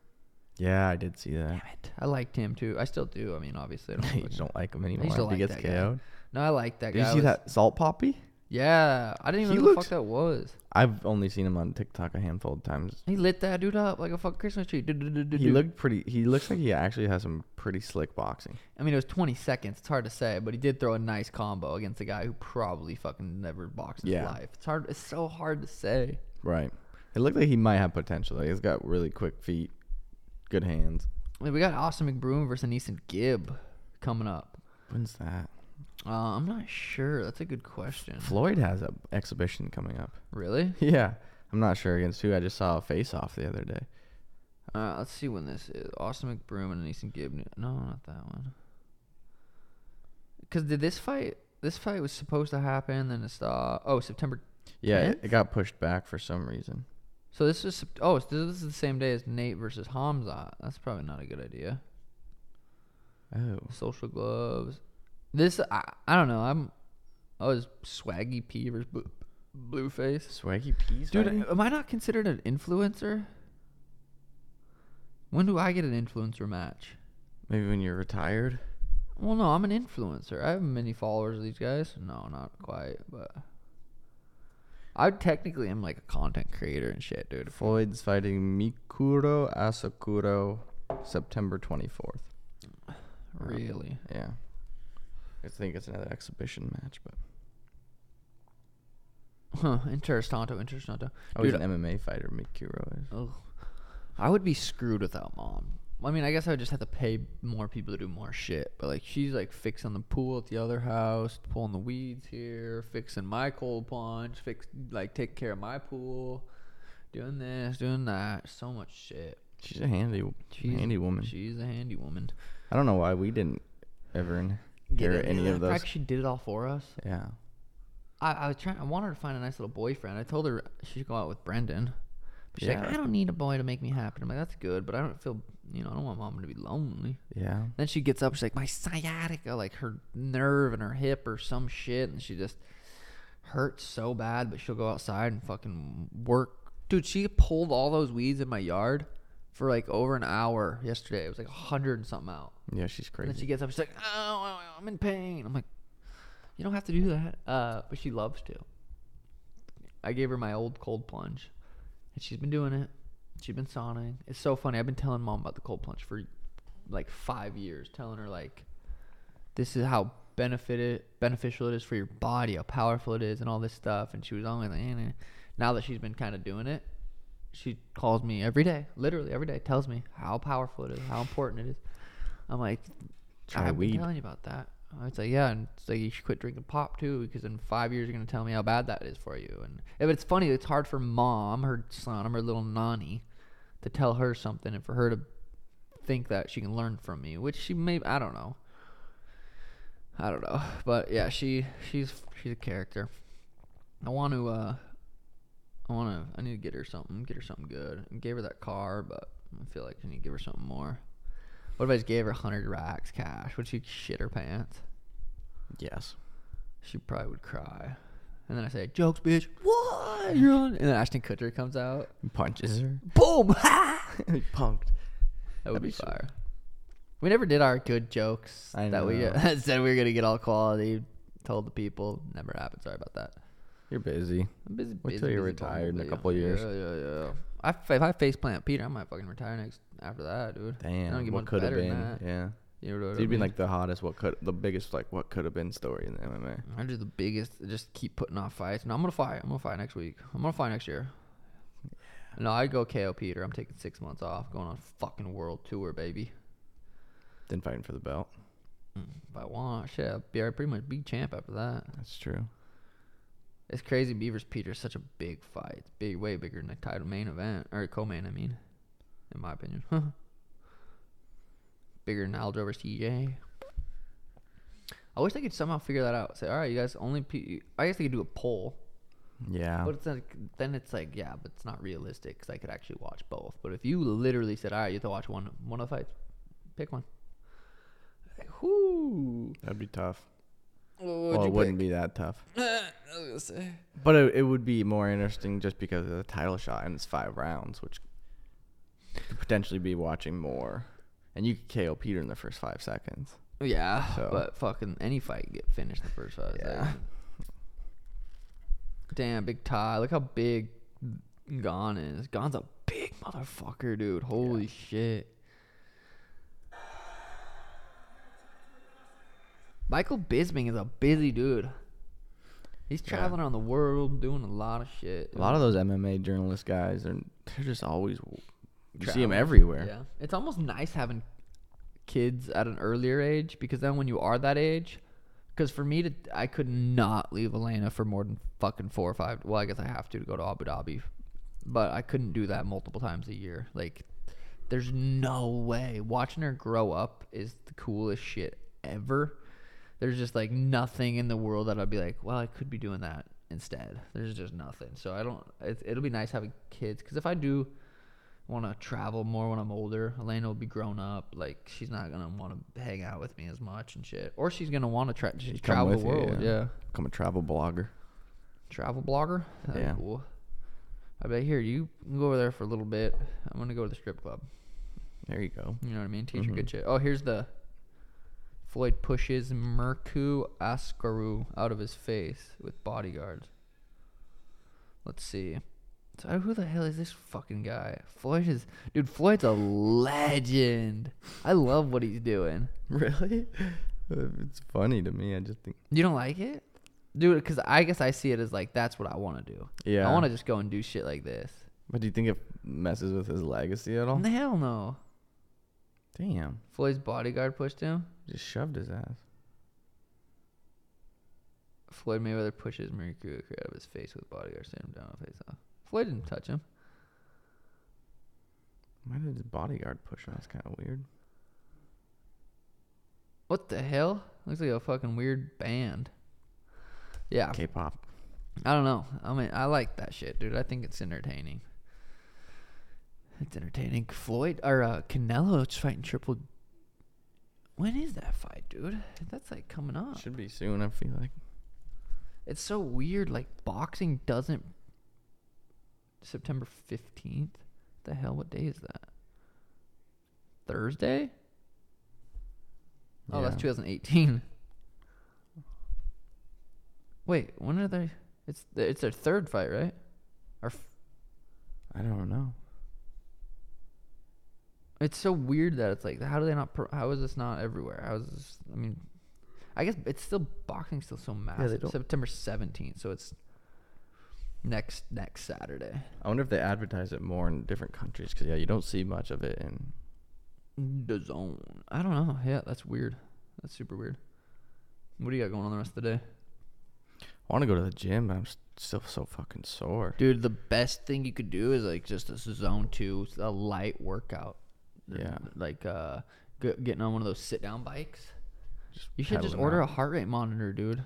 S2: yeah, I did see
S1: Damn
S2: that.
S1: it. I liked him too. I still do. I mean, obviously, I don't.
S2: you
S1: like-
S2: don't like him
S1: I
S2: anymore.
S1: used to
S2: after he
S1: like
S2: gets
S1: that guy.
S2: KO'd.
S1: No, I like that
S2: Did
S1: guy.
S2: you
S1: I
S2: see
S1: was-
S2: that salt poppy?
S1: Yeah, I didn't even
S2: He
S1: know who the
S2: looks-
S1: fuck that was.
S2: I've only seen him on TikTok a handful of times.
S1: He lit that dude up like a fucking Christmas tree. Du-du-du-du-du.
S2: He looked pretty. He looks like he actually has some pretty slick boxing.
S1: I mean, it was 20 seconds. It's hard to say, but he did throw a nice combo against a guy who probably fucking never boxed in his
S2: Yeah.
S1: life. It's hard. It's so hard to say.
S2: Right. It looked like he might have potential. Like, he's got really quick feet, good hands.
S1: I mean, we got Austin McBroom versus Neeson Gibb coming up.
S2: When's that?
S1: Uh, I'm not sure. That's a good question.
S2: Floyd has an exhibition coming up.
S1: Really?
S2: Yeah. I'm not sure against who. I just saw a face off the other day.
S1: Uh, let's see when this is. Austin McBroom and Neeson Gibb. No, not that one. Because did this fight? This fight was supposed to happen, then it's uh oh September
S2: Yeah, it,
S1: Tenth?
S2: it got pushed back for some reason.
S1: So this is Sep- oh, so this is the same day as Nate versus Hamza. That's probably not a good idea.
S2: Oh.
S1: Social gloves. This I, I don't know. I'm I was Swaggy P versus Blue, Blueface.
S2: Swaggy P's
S1: Dude,
S2: fighting?
S1: am I not considered an influencer? When do I get an influencer match?
S2: Maybe when you're retired.
S1: Well, no, I'm an influencer. I have many followers of these guys. No, not quite, but I technically am like a content creator and shit, dude.
S2: Floyd's fighting Mikuro Asakuro September 24th.
S1: Really.
S2: Yeah. I think it's another exhibition match, but.
S1: Huh, interestanto, interestanto.
S2: Oh, he's
S1: Dude,
S2: an MMA fighter, Mikuro is.
S1: Ugh. I would be screwed without mom. I mean, I guess I would just have to pay more people to do more shit. But like, she's like fixing the pool at the other house, pulling the weeds here, fixing my cold plunge, fix like taking care of my pool, doing this, doing that. So much shit.
S2: She's a handy,
S1: She's-
S2: handy woman.
S1: She's a handy woman.
S2: I don't know why we didn't ever inherit any of
S1: that.
S2: those.
S1: Fact, she did it all for us.
S2: Yeah.
S1: I, I was trying. I wanted her to find a nice little boyfriend. I told her she should go out with Brendan. But she's
S2: Yeah.
S1: like, I don't need a boy to make me happy. I'm like, that's good, but I don't feel, you know, I don't want mom to be lonely.
S2: Yeah.
S1: Then she gets up. She's like, my sciatica, like her nerve and her hip or some shit, and she just hurts so bad. But she'll go outside and fucking work. Dude, she pulled all those weeds in my yard for like over an hour yesterday. It was like a hundred and something out.
S2: Yeah, she's
S1: And then she
S2: crazy.
S1: gets up. She's like, "Oh, I'm in pain." I'm like, "You don't have to do that," uh, but she loves to. I gave her my old cold plunge, and she's been doing it. She's been sauning. It's so funny. I've been telling mom about the cold plunge for like five years, telling her like, "This is how benefited beneficial it is for your body, how powerful it is, and all this stuff." And she was always like, eh, eh. "Now that she's been kind of doing it." She calls me every day, literally every day, tells me how powerful it is, how important it is. I'm like,
S2: Try
S1: I've
S2: weed.
S1: been telling you about that. I was like, yeah, and it's like you should quit drinking pop too, because in five years you're gonna tell me how bad that is for you. And if it's funny, it's hard for mom, her son, her little nanny, to tell her something, and for her to think that she can learn from me, which she may. I don't know. I don't know, but yeah, she she's she's a character. I want to uh, I want to I need to get her something, get her something good. I gave her that car, but I feel like I need to give her something more. What if I just gave her 100 racks cash? Would she shit her pants?
S2: Yes.
S1: She probably would cry. And then I say, jokes, bitch. What? You're on. And then Ashton Kutcher comes out.
S2: Punches her.
S1: Boom! that
S2: Punked.
S1: would
S2: That'd
S1: be
S2: be sweet.
S1: fire.
S4: We never did our good jokes
S2: I
S4: that we
S2: know.
S4: said we were gonna get all quality. Told the people, never happened. Sorry about that.
S2: You're busy.
S4: I'm busy.
S2: Wait
S4: busy,
S2: till you're
S4: busy, bumble
S2: retired in a
S4: bee.
S2: couple years.
S4: Yeah, yeah, yeah.
S1: I, f- if I face plant Peter, I might fucking retire next after that, dude. I don't
S2: Damn,
S1: get
S2: what
S1: much
S2: could have
S1: better
S2: been?
S1: than that.
S2: Yeah,
S1: You know what I
S2: so you'd be
S1: mean?
S2: like the hottest. What could the biggest like what could have been story in the MMA?
S1: I'm just the biggest. Just keep putting off fights. No, I'm gonna fight. I'm gonna fight next week. I'm gonna fight next year. No, I go KO Peter. I'm taking six months off, going on fucking world tour, baby.
S2: Then fighting for the belt.
S1: If I want, shit, I'll be, i pretty much be champ after that.
S2: That's true.
S1: It's crazy. Beavers Peter is such a big fight. It's big, way bigger than the title main event or co-main. I mean, in my opinion, bigger than Aldo versus TJ. I wish they could somehow figure that out. Say, all right, you guys only. Pe- I guess they could do a poll.
S2: Yeah.
S1: But it's like, then it's like, yeah, but it's not realistic because I could actually watch both. But if you literally said, all right, you have to watch one one of the fights, pick one. Like, whoo.
S2: That'd be tough.
S1: What would
S2: well,
S1: you
S2: it wouldn't be that tough. But it, it would be more interesting just because of the title shot and it's five rounds, which could potentially be watching more. And you could KO Peter in the first five seconds.
S1: pick? Yeah,
S2: So.
S1: but fucking any fight can get finished in the first fight. It's
S2: Yeah.
S1: Like, damn, big Ty. Look how big Gon is. Gon's a big motherfucker, dude. Holy shit. Michael Bisping is a busy dude. He's traveling around the world, doing a lot of shit.
S2: A lot of those MMA journalist guys, they're, they're just always. You see them
S1: Traveling.
S2: everywhere.
S1: Yeah, it's almost nice having kids at an earlier age because then when you are that age, because for me to I could not leave Elena for more than fucking four or five. Well, I guess I have to to go to Abu Dhabi, but I couldn't do that multiple times a year. Like, there's no way. Watching her grow up is the coolest shit ever. There's just like nothing in the world that I'd be like, well, I could be doing that instead. There's just nothing. So I don't. It, it'll be nice having kids because if I do want to travel more when I'm older. Elena will be grown up. Like she's not gonna want to hang out with me as much and shit. Or she's gonna want to tra-
S2: She'd
S1: just
S2: come
S1: travel the
S2: with you,
S1: world. yeah.
S2: Become a travel blogger.
S1: travel blogger. That'd
S2: Yeah.
S1: be cool. I bet here you can go over there for a little bit. I'm gonna go to the strip club.
S2: There you go.
S1: You know what I mean? Teach her good shit. Oh, here's the Floyd pushes Merku Askaru out of his face with bodyguards. Let's see. So who the hell is this fucking guy? Floyd is dude. Floyd's a legend. I love what he's doing.
S2: Really? Uh, It's funny to me. I just think.
S1: You don't like it, dude? Because I guess I see it as like that's what I want to do.
S2: Yeah.
S1: I want to just go and do shit like this.
S2: But do you think it messes with his legacy at all?
S1: Hell no.
S2: Damn.
S1: Floyd's bodyguard pushed him.
S2: Just shoved his ass.
S1: Floyd Mayweather pushes Mercury out of his face with bodyguard, slam him down face off. Floyd didn't touch him.
S2: Why did his bodyguard push him? That's kind of weird.
S1: What the hell? Looks like a fucking weird band. Yeah,
S2: K-pop.
S1: I don't know. I mean, I like that shit, dude. I think it's entertaining. It's entertaining. Floyd or uh, Canelo's fighting Triple. When is that fight, dude? That's like coming up.
S2: Should be soon. I feel like.
S1: It's so weird. Like boxing doesn't. September fifteenth. The hell? What day is that? Thursday. Oh, that's
S2: Yeah.
S1: 2018. Wait, when are they? It's th- it's their third fight, right? Or f-
S2: I don't know.
S1: it's so weird that it's like, how do they not? Pro- how is this not everywhere? How is this? I mean, I guess it's still boxing's still so massive.
S2: don't-
S1: September 17th, so it's next next Saturday.
S2: I wonder if they advertise it more in different countries because yeah, you don't see much of it in
S1: The zone. I don't know. Yeah, that's weird. That's super weird. What do you got going on the rest of the day?
S2: I want to go to the gym, but I'm s- still so fucking sore.
S4: Dude, the best thing you could do is like just a zone two, a light workout.
S2: Yeah.
S4: Like uh, g- getting on one of those sit down bikes.
S2: Just
S1: You should just
S2: pedaling
S1: order
S2: up.
S1: a heart rate monitor, dude.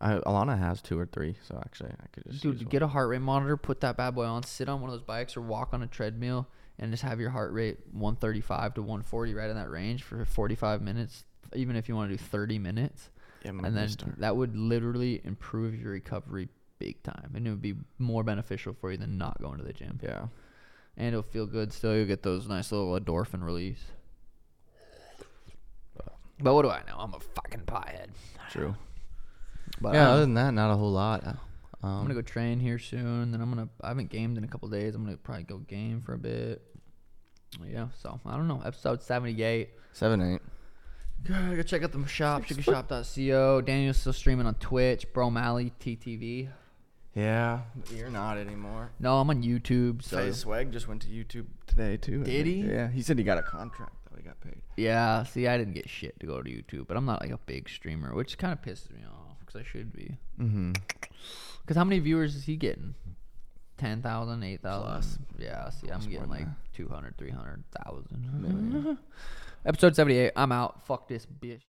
S2: I, Alana has two or three, so actually I could just.
S1: Dude,
S2: use
S1: get a heart rate monitor, put that bad boy on, sit on one of those bikes or walk on a treadmill and just have your heart rate 135 to 140 right in that range for 45 minutes, even if you want to do 30 minutes.
S2: Yeah, I'm
S1: and
S2: gonna
S1: then
S2: start.
S1: that would literally improve your recovery big time. And it would be more beneficial for you than not going to the gym.
S2: Yeah.
S1: And it'll feel good still. You'll get those nice little endorphin release. But what do I know? I'm a fucking pothead.
S2: True.
S1: But
S2: yeah. uh,
S1: um,
S2: Other than that, not a whole lot. Uh,
S1: I'm
S2: Um,
S1: gonna go train here soon. Then I'm gonna. I haven't gamed in a couple days. I'm gonna probably go game for a bit. Yeah. So I don't know. Episode 78.
S2: seven eight.
S1: Go go check out the shop, sugarshop.co. Daniel's still streaming on Twitch, Bro Malley TTV.
S2: Yeah, you're not anymore.
S1: No, I'm on YouTube. So
S2: Faye Swag just went to YouTube today too. I
S1: Did
S2: think.
S1: he?
S2: Yeah, he said he got a contract though. He got paid.
S1: yeah, see, I didn't get shit to go to YouTube, but I'm not like a big streamer, which kind of pisses me off because I should be.
S2: Mm-hmm.
S1: Because how many viewers is he getting? 10,000, 8,000? Yeah, see, I'm getting like 200, 300,000. Episode 78. I'm out. Fuck this bitch.